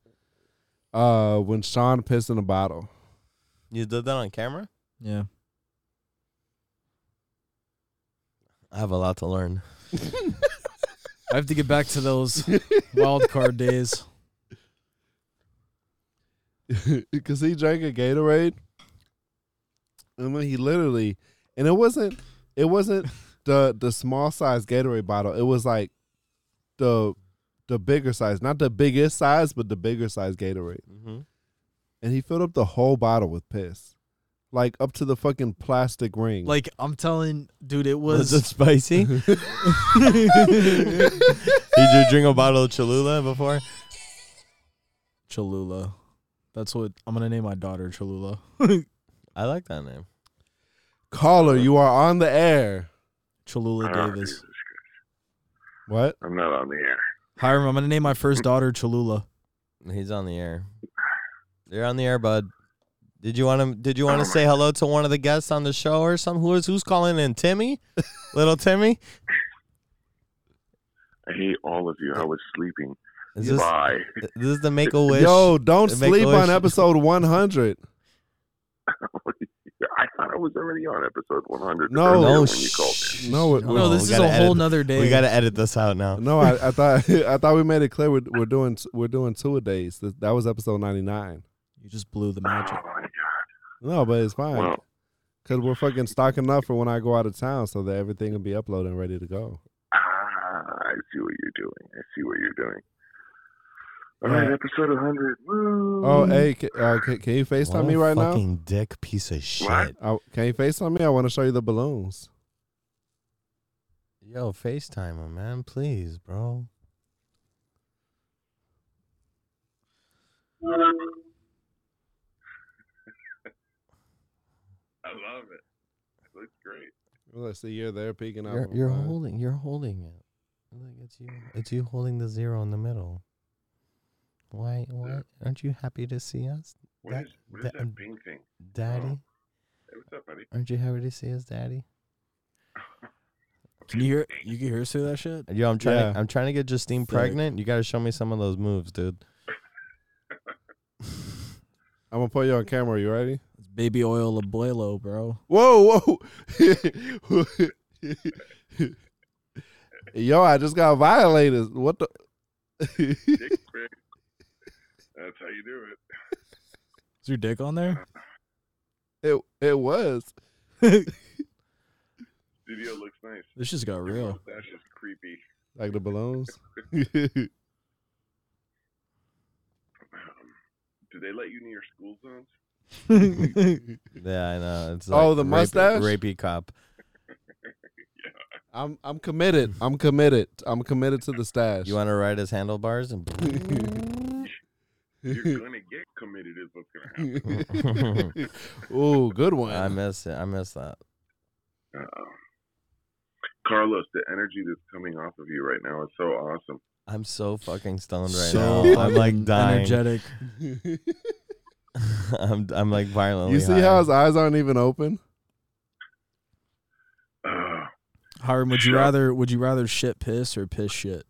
Uh, when Sean pissed in a bottle.
You did that on camera.
Yeah,
I have a lot to learn.
I have to get back to those wild card days.
because he drank a Gatorade, and then he literally, and it wasn't, it wasn't the the small size Gatorade bottle. It was like the the bigger size, not the biggest size, but the bigger size Gatorade.
Mm-hmm.
and he filled up the whole bottle with piss, like up to the fucking plastic ring.
Like I'm telling, dude, it
Was
was
it spicy? Did you drink a bottle of Cholula before?
Cholula. That's what I'm gonna name my daughter Cholula.
I like that name.
caller, you are on the air.
Cholula
Ah,
Oh,
Davis.
Jesus.
What?
I'm not on the air.
Hiram, I'm gonna name my first daughter Cholula.
He's on the air. You're on the air, bud. Did you want to? Did you want
Oh
to say hello to one of the guests on the show or something? Who is who's calling in? Timmy, little Timmy.
I hate all of you. I was sleeping.
Is this
Bye.
this is the Make a Wish?
Yo, don't
Make a
sleep on
wish.
episode 100.
I thought I was already on episode 100.
No,
earlier
no,
when you called me.
sh- no, it-
No,
no,
Oh, we
this is
gotta
a whole
edit-
nother day.
we got to edit this out now.
no. I, I thought I thought we made it clear we're, we're doing we're doing two a days. That, that was episode 99.
you just blew the
Oh my
magic.
god.
No, but it's fine.
Well,
Cause we're fucking stocking up for when I go out of town, so that everything will be uploaded and ready to go.
ah, I see what you're doing. I see what you're doing. All
Yeah.
right, episode 100. Woo.
Mm.
Oh, hey, ca- uh, can, can you Facetime
What a
me right now?
fucking dick piece of shit.
What?
I, can you Facetime me? I want to show you the balloons.
Yo, FaceTime him, man, please, bro.
I love it. It looks great.
Let's see, you're there peeking out.
You're,
from
you're
behind.
holding. You're holding it. Look, it's you. It's you holding the zero in the middle. Why? Why aren't you happy to see us,
What
That-
is what is
that-
that pink thing?
Daddy?
Hey, what's up, buddy?
Aren't you happy to see us, Daddy?
Can you hear? You can hear us through that shit.
Yo, I'm trying.
Yeah.
To, I'm trying to get Justine
Sick.
pregnant. You got to show me some of those moves, dude.
I'm gonna put you on camera. You ready?
It's baby oil abuelo, bro.
Whoa, whoa. Yo, I just got violated. What the?
Dick pic. That's how you do it.
Is your dick on there?
it it was.
Studio looks nice.
This just got real.
That's just creepy.
Like the balloons.
Um, do they let you near school zones?
Yeah, I know. It's
Oh,
like
the
rapey-
mustache?
rapey cop.
I'm I'm committed. I'm committed. I'm committed to the stash.
You want to ride his handlebars and.
You're gonna get committed is what's gonna happen.
Ooh, good one.
I miss it. I miss that.
Uh-oh. Um, Carlos, the energy that's coming off of you right now is so awesome.
I'm so fucking stoned right
so
now. I'm like
fucking
dying.
energetic.
I'm I'm like violently.
you see
high.
how his eyes aren't even open?
Uh,
Hiram, would you
Sure.
rather would you rather shit piss or piss shit?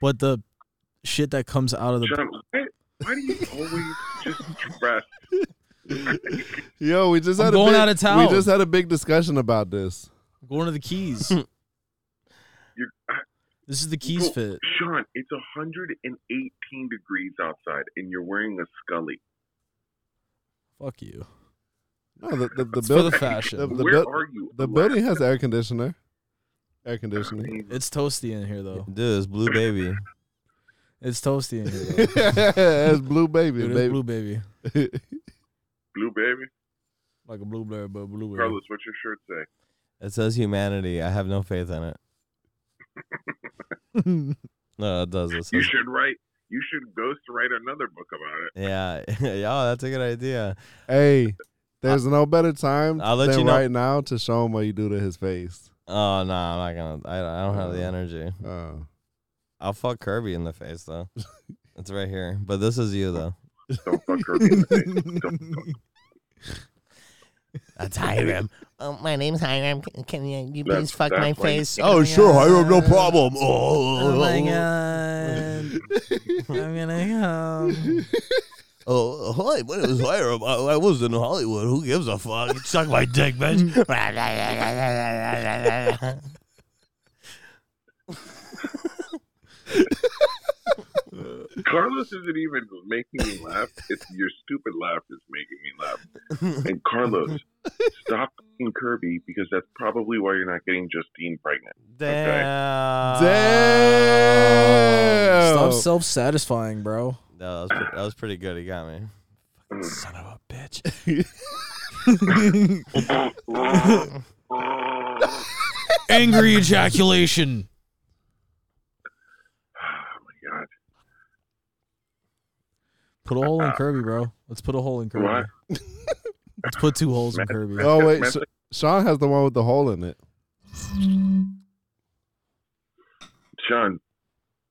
But the shit that comes out of the
John, why, why do you always just stress?
Yo, we just
I'm
had a
going
big,
out of town.
We just had a big discussion about this.
going to the keys.
You're,
this is the keys
Bro,
fit.
Sean, it's 118 degrees outside, and you're wearing a Scully.
Fuck you.
No, the the, the
It's for
building
the fashion.
the, the
Where
buil-
are you?
the
Alaska?
building has air conditioner. Air conditioning.
It's toasty in here though.
Dude, it's Blue Baby.
It's toasty in here. Though.
That's blue baby,
Dude, it's
baby.
blue baby,
Blue baby.
like a blueberry, but blueberry.
Carlos, what's your shirt say?
It says humanity. I have no faith in it. No, it does. It
You
says,
should write. You should ghost write another book about it.
yeah, yeah, that's a good idea.
Hey, there's no better time
I'll let
than
you know-
right now to show him what you do to his face.
Oh no, I'm not gonna. I, I don't have the
Uh.
energy.
Oh.
I'll fuck Kirby in the face though. it's right here. But this is you though.
Don't fuck her in the face. Don't fuck
That's Hiram. Um, my name's Hiram. Can, can you, you
That's-
please fuck
that's
my
like-
face?
Oh, problem.
Oh my
Oh,
god. I'm gonna come.
oh, hi, my name is Hiram. I, I was in Hollywood. Who gives a fuck? Suck my dick, bitch.
problem.
her. Carlos isn't even making me laugh. It's your stupid laugh is making me laugh. And Carlos, stop fucking Kirby because that's probably why you're not getting Justine pregnant.
Damn.
Damn.
Stop self satisfying, bro.
No, that was pre- that was pretty good. He got me.
Son of a bitch.
Oh
Angry ejaculation.
my God.
Put a hole in Kirby, bro. Let's put a hole in Kirby.
What?
Let's put two holes in Kirby.
Oh wait, Sh- Sean has the one with the hole in it.
Sean,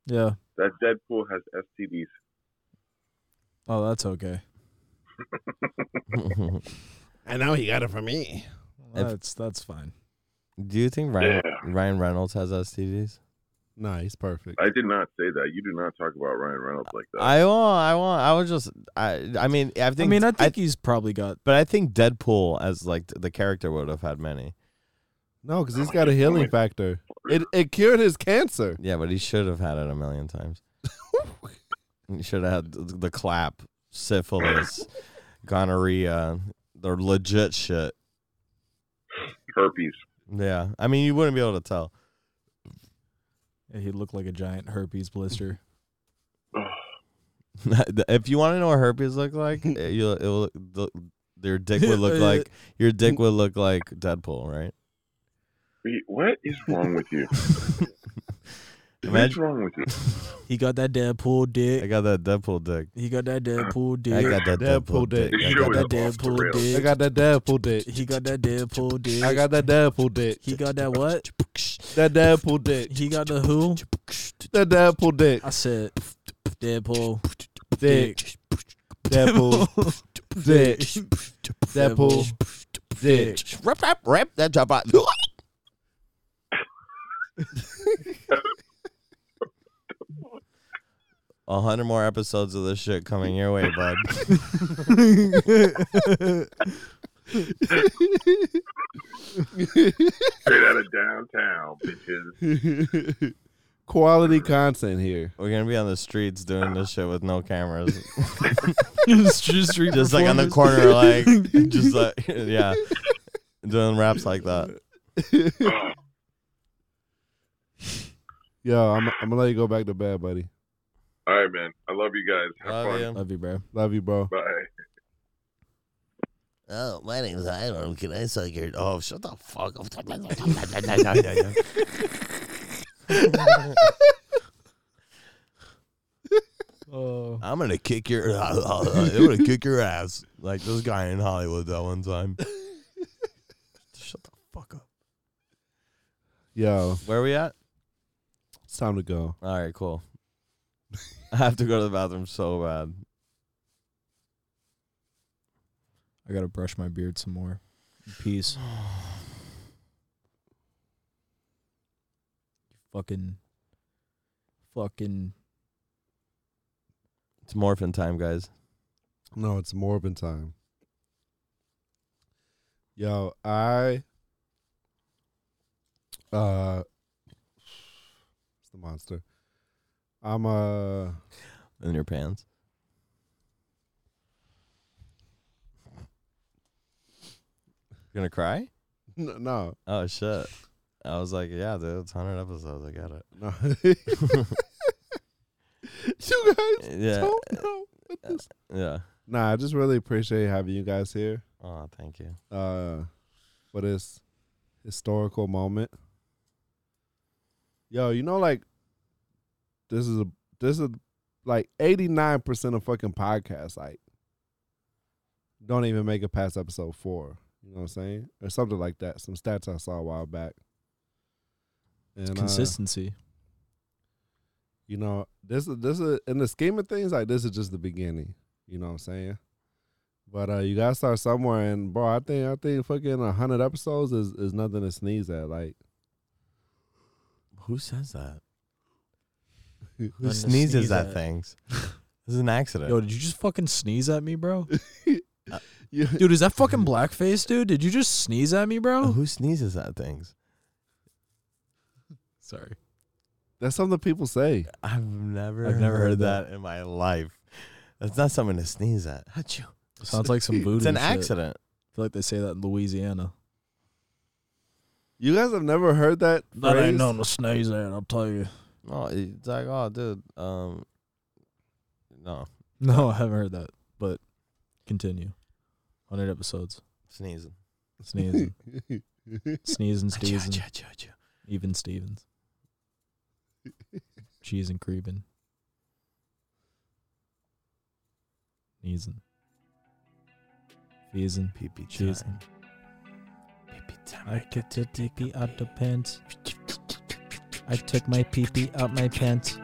Yeah.
that Deadpool has STDs.
Oh, that's okay.
I know he got it from me.
If-
That's that's fine.
Do you think Ryan
Yeah.
Ryan Reynolds has STDs?
Nah, he's perfect.
I did not say that. You do not talk about Ryan Reynolds like that.
I won't. I won't. I was just. I. I mean. I
I
think.
mean, I think he's probably got.
but I think Deadpool as like th- the character would have had many.
No, because he's got a healing factor. It it cured his cancer.
Yeah, but he should have had it a million times. he should have had th- the clap, syphilis, gonorrhea, the legit shit.
Herpes.
Yeah, I mean you wouldn't be able to tell.
yeah, He looked like a giant herpes blister.
if you want to know what herpes look like, it- you'll it'll, the, your dick would look like your dick would look like Deadpool, right?
Wait, What is wrong with you? What's
Imagine
wrong with you?
He got that Deadpool
I
dick.
got that Deadpool dick.
He got that Deadpool dick.
I got that
Deadpool
Deadpool dick.
dick.
This
I
show
got
is
that
that
off the
Deadpool
rails.
I
dick.
got that Deadpool dick.
He got that Deadpool dick.
I got that Deadpool dick.
He got that what?
That Deadpool dick.
He got the who?
That Deadpool dick.
I said Deadpool
Dick. Deadpool dick. Deadpool dick.
rip rip rip that job out. A hundred more episodes of this shit coming your way, bud.
Straight out of downtown, bitches.
Quality content here.
We're gonna be on the streets doing this shit with no cameras,
it's just, street
just like on the
performance.
corner, like just like yeah, doing raps like that.
Oh,
Yo, I'm, I'm gonna let you go back to bed, buddy.
All right, man. I love you guys. Have
Love
fun.
you.
Love you, bro.
Love you, bro.
Bye.
Oh, my name's Hiram. Can I suck your? Oh, shut the fuck up.
Oh,
I'm gonna kick your. I'm gonna kick your ass like this guy in Hollywood that one time. Shut the fuck up.
Yo,
Where we at?
it's time to go.
All right, cool. I have to go to the bathroom so bad.
I gotta brush my beard some more. Peace. fucking, fucking.
It's morphin time, guys.
No, it's Morbin time. Yo, I uh it's the monster. I'm uh
In your pants. You gonna cry?
n- no
Oh shit! I was like, yeah, dude, it's hundred episodes. I got it.
no You guys
Yeah,
don't know what this
yeah.
Nah, I just really appreciate having you guys here.
Oh, thank you.
Uh for this historical moment. Yo, you know like this is a this is like 89% of fucking podcasts like don't even make it past episode 4, you know what I'm saying? Or something like that. Some stats I saw a while back. And uh,
Consistency.
you know, this is this is in the scheme of things, like this is just the beginning. You know what I'm saying? But uh you gotta start somewhere and bro, I think I think fucking hundred episodes is, is nothing to sneeze at. Like
Who says that? Who
Doesn't
sneezes
sneeze
at
at-
things? this is an accident.
Yo, did you just fucking sneeze at me, bro?
you,
Dude, is that fucking blackface, dude? Did you just sneeze at me, bro?
Who sneezes at things?
Sorry.
that's something people say.
I've never,
I've never
heard,
heard
that. in my life. That's not something to sneeze at. Achoo.
Sounds like some voodoo.
It's an
shit.
accident.
I feel like they say that in Louisiana.
You guys have never heard that.
That
phrase?
ain't nothing to sneeze at, I'll tell you.
No, it's like, oh, dude, um, no,
No, I haven't heard that. But continue. Hundred episodes.
Sneezing.
Sneezing, sneezing, sneezing,
Achoo, achoo, achoo, achoo.
even Stevens. Cheese and creeping. Sneezing. Feezing.
Pee pee
Cheesing.
time. Pee pee time.
I took the pee pee out the pants. I took my pee pee out my pants.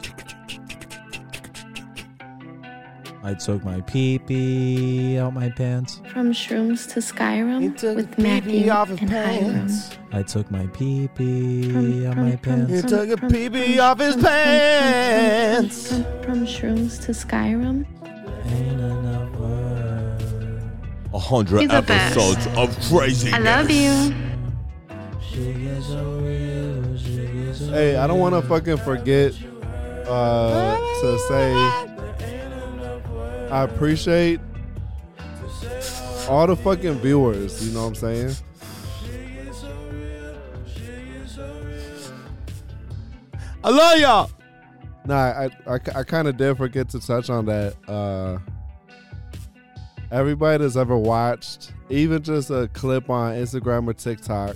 I took my pee pee out my pants.
From Shrooms to Skyrim with Matthew and Hiram.
I took my pee
From-
pee out
from-
my
from-
pants.
He took a
from-
pee pee
from-
off his
from- from- from-
pants.
From, from, from Shrooms to Skyrim.
Ain't another.
A hundred
He's the best.
episodes of crazy.
I love you.
She gets so real. She gets so
Hey, I don't want to fucking forget uh, to say I appreciate all the fucking viewers. You know what I'm saying?
I love y'all.
Nah, I I, I kind of did forget to touch on that. Uh, everybody that's ever watched, even just a clip on Instagram or TikTok,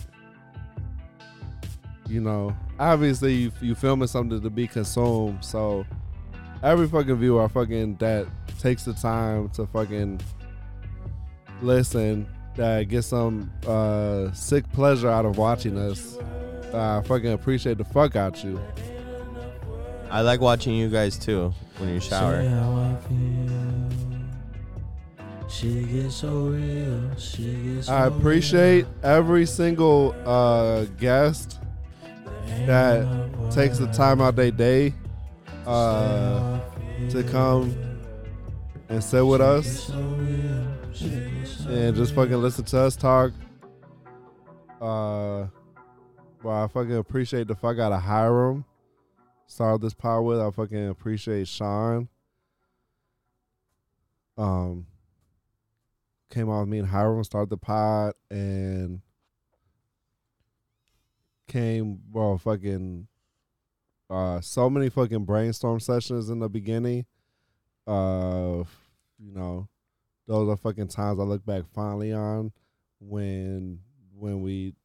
you know, obviously you you filming something to be consumed. So every fucking viewer, fucking that takes the time to fucking listen, that get some uh, sick pleasure out of watching us. I fucking appreciate the fuck out you.
I like watching you guys too when you
Say
shower.
how I feel. She gets so real. She gets so
I appreciate every single uh, guest that takes the time out their day uh, to come and sit with us and just fucking listen to us talk. Uh, but I fucking appreciate the fuck out of Hiram. Started this pod with. I fucking appreciate Sean. Um, came out with me and Hiram started the pod and came well fucking uh so many fucking brainstorm sessions in the beginning uh you know those are fucking times I look back fondly on when when we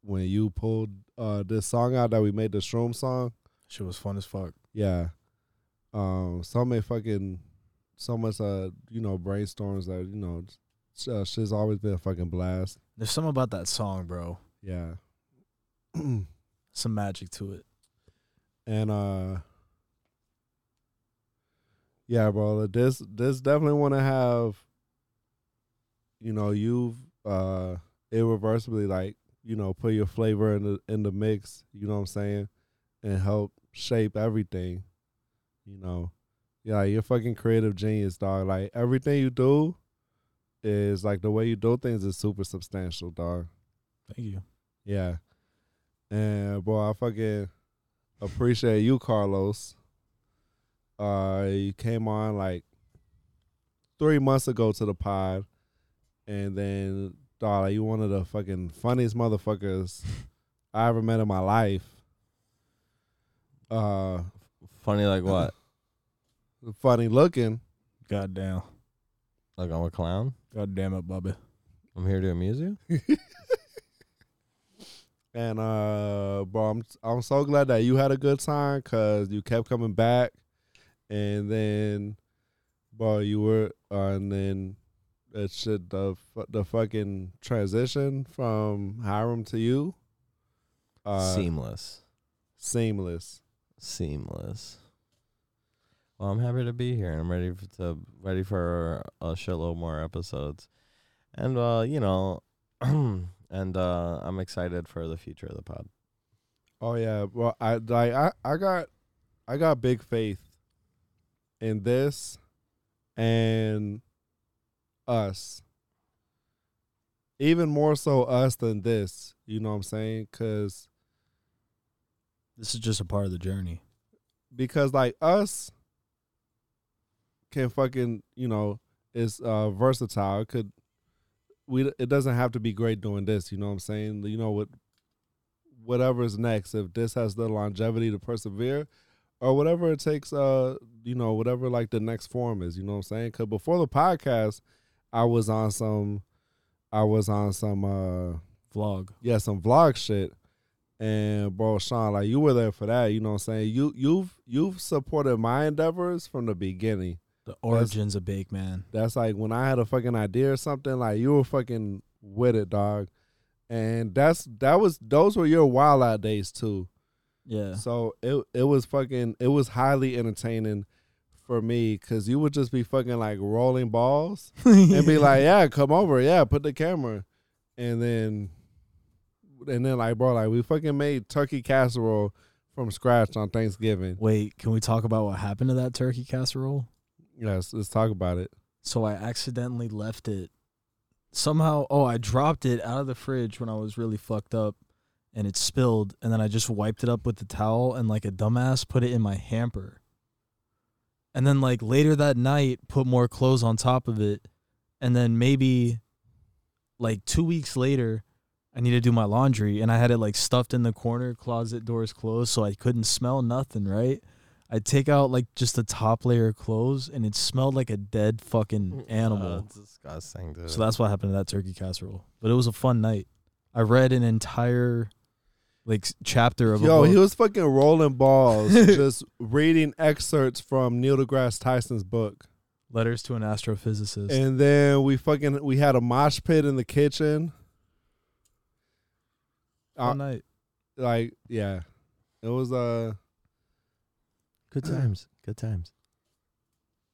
when you pulled uh this song out that we made the shroom song
Shit was fun as fuck.
yeah. Um, so many fucking, so much, uh, you know, brainstorms that, you know, sh- uh, shit's always been a fucking blast.
There's something about that song, bro.
Yeah.
Some magic to it.
and, uh, yeah, bro, this, this definitely want to have, you know, you've, uh, irreversibly, like, you know, put your flavor in the, in the mix, you know what I'm saying? And help shape everything, you know? Yeah, you're fucking creative genius, dog. Like everything you do is like the way you do things is super substantial, dog.
Thank you.
Yeah. And boy, I fucking appreciate you, Carlos. Uh you came on like three months ago to the pod and then dog, like, you one of the fucking funniest motherfuckers I ever met in my life. Uh
Funny like what?
funny looking.
God damn.
Like I'm a clown.
God damn it, Bubba.
I'm here to amuse you.
And uh, bro, I'm I'm so glad that you had a good time because you kept coming back, and then, bro, you were uh, and then that shit the fu- the fucking transition from Hiram to you, uh,
Seamless.
seamless.
Seamless. Well, I'm happy to be here. I'm ready f- to ready for a shitload more episodes, and uh, you know, and uh, I'm excited for the future of the pod.
Oh yeah, well I like I, I got I got big faith in this and us. Even more so us than this, you know what I'm saying? Cuz
This is just a part of the journey.
because like us can fucking, you know, is uh versatile. It could we it doesn't have to be great doing this, you know what I'm saying? You know what whatever's next if this has the longevity to persevere or whatever it takes uh you know whatever like the next form is you know what i'm saying because before the podcast i was on some i was on some uh
Vlog.
yeah some vlog shit and bro sean like you were there for that you know what i'm saying you you've you've supported my endeavors from the beginning
The origins of Bake Man.
that's like when I had a fucking idea or something, like you were fucking with it, dog. And that's that was those were your wild out days too.
Yeah.
So it it was fucking it was highly entertaining for me because you would just be fucking like rolling balls and be like, yeah, come over, yeah, put the camera, and then and then like bro, like we fucking made turkey casserole from scratch on Thanksgiving.
Wait, can we talk about what happened to that turkey casserole?
Yes, let's talk about it.
So I accidentally left it. Somehow, oh, I dropped it out of the fridge when I was really fucked up and it spilled. And then I just wiped it up with the towel and, like a dumbass, put it in my hamper. And then, like, later that night, put more clothes on top of it. And then maybe, like, two weeks later, I need to do my laundry. And I had it, like, stuffed in the corner, closet doors closed, so I couldn't smell nothing, right? I take out like just the top layer of clothes, and it smelled like a dead
Mm,
fucking animal.
That's Uh, disgusting, dude.
so that's what happened to that turkey casserole. But it was a fun night. I read an entire like s- chapter of
Yo,
a book.
he was fucking rolling balls, just reading excerpts from Neil deGrasse Tyson's book,
Letters to an Astrophysicist.
and then we fucking we had a mosh pit in the kitchen.
Fun night.
Like, yeah, it was uh,
good times. Good times.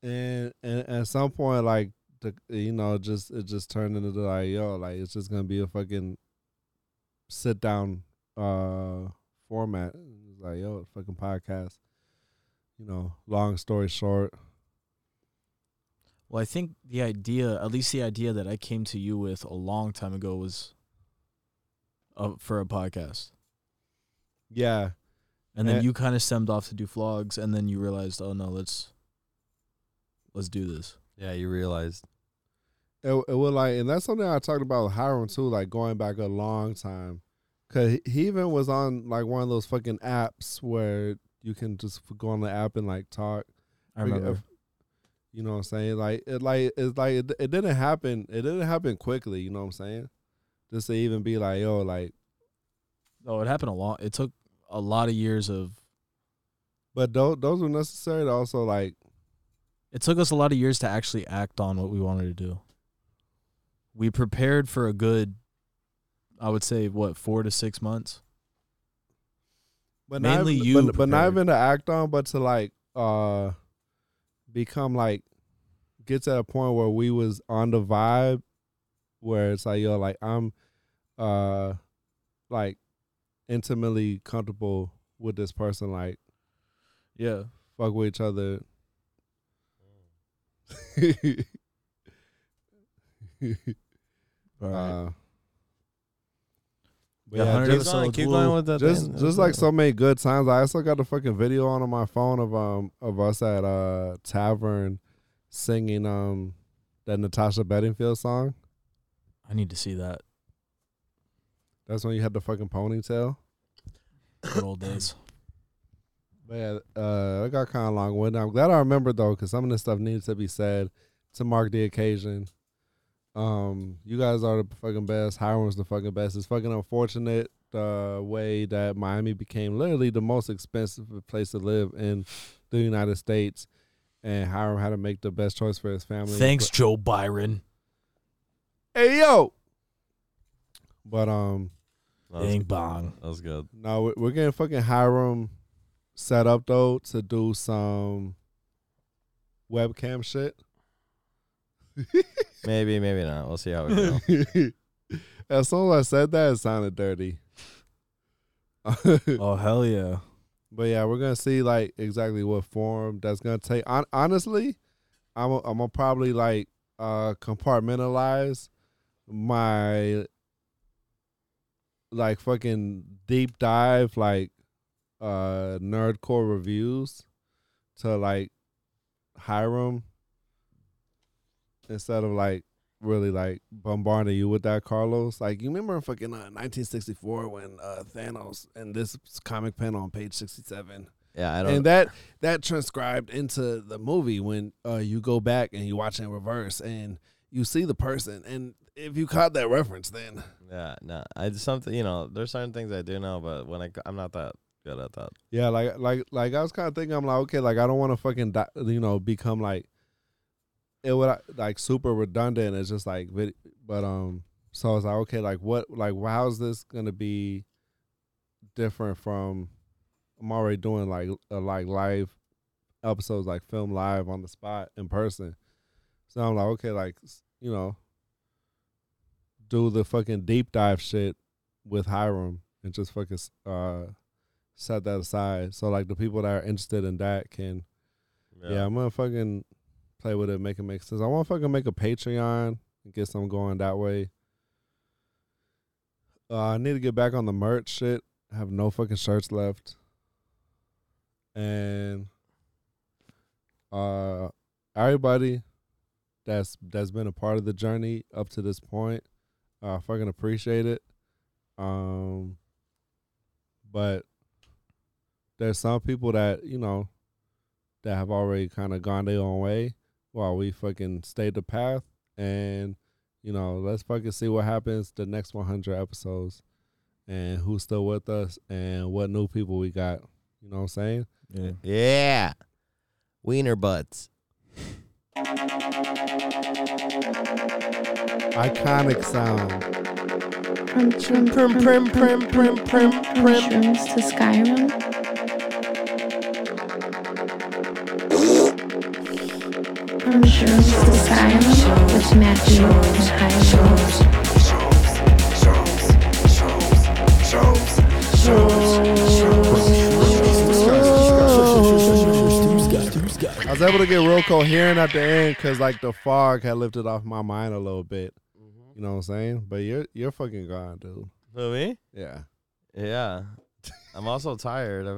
and and at some point, like the you know, just it just turned into like yo, like it's just gonna be a fucking sit down uh format. It was like yo, fucking podcast. You know, long story short.
Well, I think the idea, at least the idea that I came to you with a long time ago, was uh, for a podcast.
Yeah.
And then
Eh.
you kind of stemmed off to do vlogs, and then you realized, oh no, let's let's do this.
Yeah, you realized.
it, it was like, and that's something I talked about with Hiram too, like going back a long time, cause he- he even was on like one of those fucking apps where you can just f- go on the app and like talk.
I remember.
You know what I'm saying? Like it, like it's like it, it didn't happen. It didn't happen quickly. You know what I'm saying? Just to even be like, yo, like,
Oh, it happened a lot. It took a lot of years of.
but those those were necessary to also like,
It took us a lot of years to actually act on what we wanted to do. We prepared for a good, I would say, what four to six months.
but
Mainly
not,
you
even- but, but not
prepared.
even to act on, but to like, uh, become like, get to a point where we was on the vibe, where it's like, yo, like I'm, uh, like, intimately comfortable with this person, like
Yeah.
fuck with each other. Uh, but
Yeah,
yeah,
100
just,
Keep going,
episodes
keep
will-
going with that.
just just like so many good times. I still got the fucking video on on my phone of um of us at uh tavern singing um that Natasha Bedingfield song.
I need to see that.
That's when you had the fucking ponytail.
Good old days.
But yeah, uh, I got kind of long winded. I'm glad I remembered though, because some of this stuff needed to be said to mark the occasion. Um, you guys are the fucking best. Hiram's the fucking best. It's fucking unfortunate the way that Miami became literally the most expensive place to live in the United States, and Hiram had to make the best choice for his family.
Thanks, Joe Byron.
But, hey yo. But um,
That was,
Bing bong.
that was good.
No, we- we're getting fucking Hiram set up though to do some webcam shit.
Maybe, maybe not. We'll see how we go.
as soon as I said that, it sounded dirty.
Oh hell yeah!
But yeah, we're gonna see like exactly what form that's gonna take. Hon- honestly, I'm i I'm gonna probably like uh compartmentalize my like fucking deep dive like uh nerdcore reviews to like Hiram instead of like really like bombarding you with that Carlos like you remember in fucking uh, 1964 when uh Thanos and this comic pen on page 67
Yeah, I don't.
and that that transcribed into the movie when uh, you go back and you watch it in reverse and you see the person and if you caught that reference then
yeah, no. I just something you know. There's certain things I do know, but when I I'm not that good at that.
yeah like like like i was kind of thinking i'm like okay like i don't want to fucking di- you know become like it would like super redundant it's just like vid- but um so i was like okay like what like how is this gonna be different from i'm already doing like uh, like live episodes like film live on the spot in person so i'm like okay like s- you know do the fucking deep dive shit with hiram and just fucking s- uh set that aside so like the people that are interested in that can yeah, I'm gonna fucking play with it, make it make sense. I want to fucking make a Patreon and get some going that way. Uh, I need to get back on the merch shit. I have no fucking shirts left, and uh, everybody that's that's been a part of the journey up to this point, I fucking appreciate it. Um, but there's some people that you know that have already kind of gone their own way while we fucking stayed the path and you know let's fucking see what happens the next 100 episodes and who's still with us and what new people we got you know what i'm saying
Yeah.
Yeah, wiener butts.
iconic sound
From prim, prim, prim, prim, prim, prim, prim. Shrooms to Skyrim. From Shrooms to Skyrim with Matthew and Hyrum.
i was able to get real coherent at the end because like the fog had lifted off my mind a little bit you know what i'm saying but you're you're fucking gone dude
For me?
yeah
Yeah. I'm also tired. I've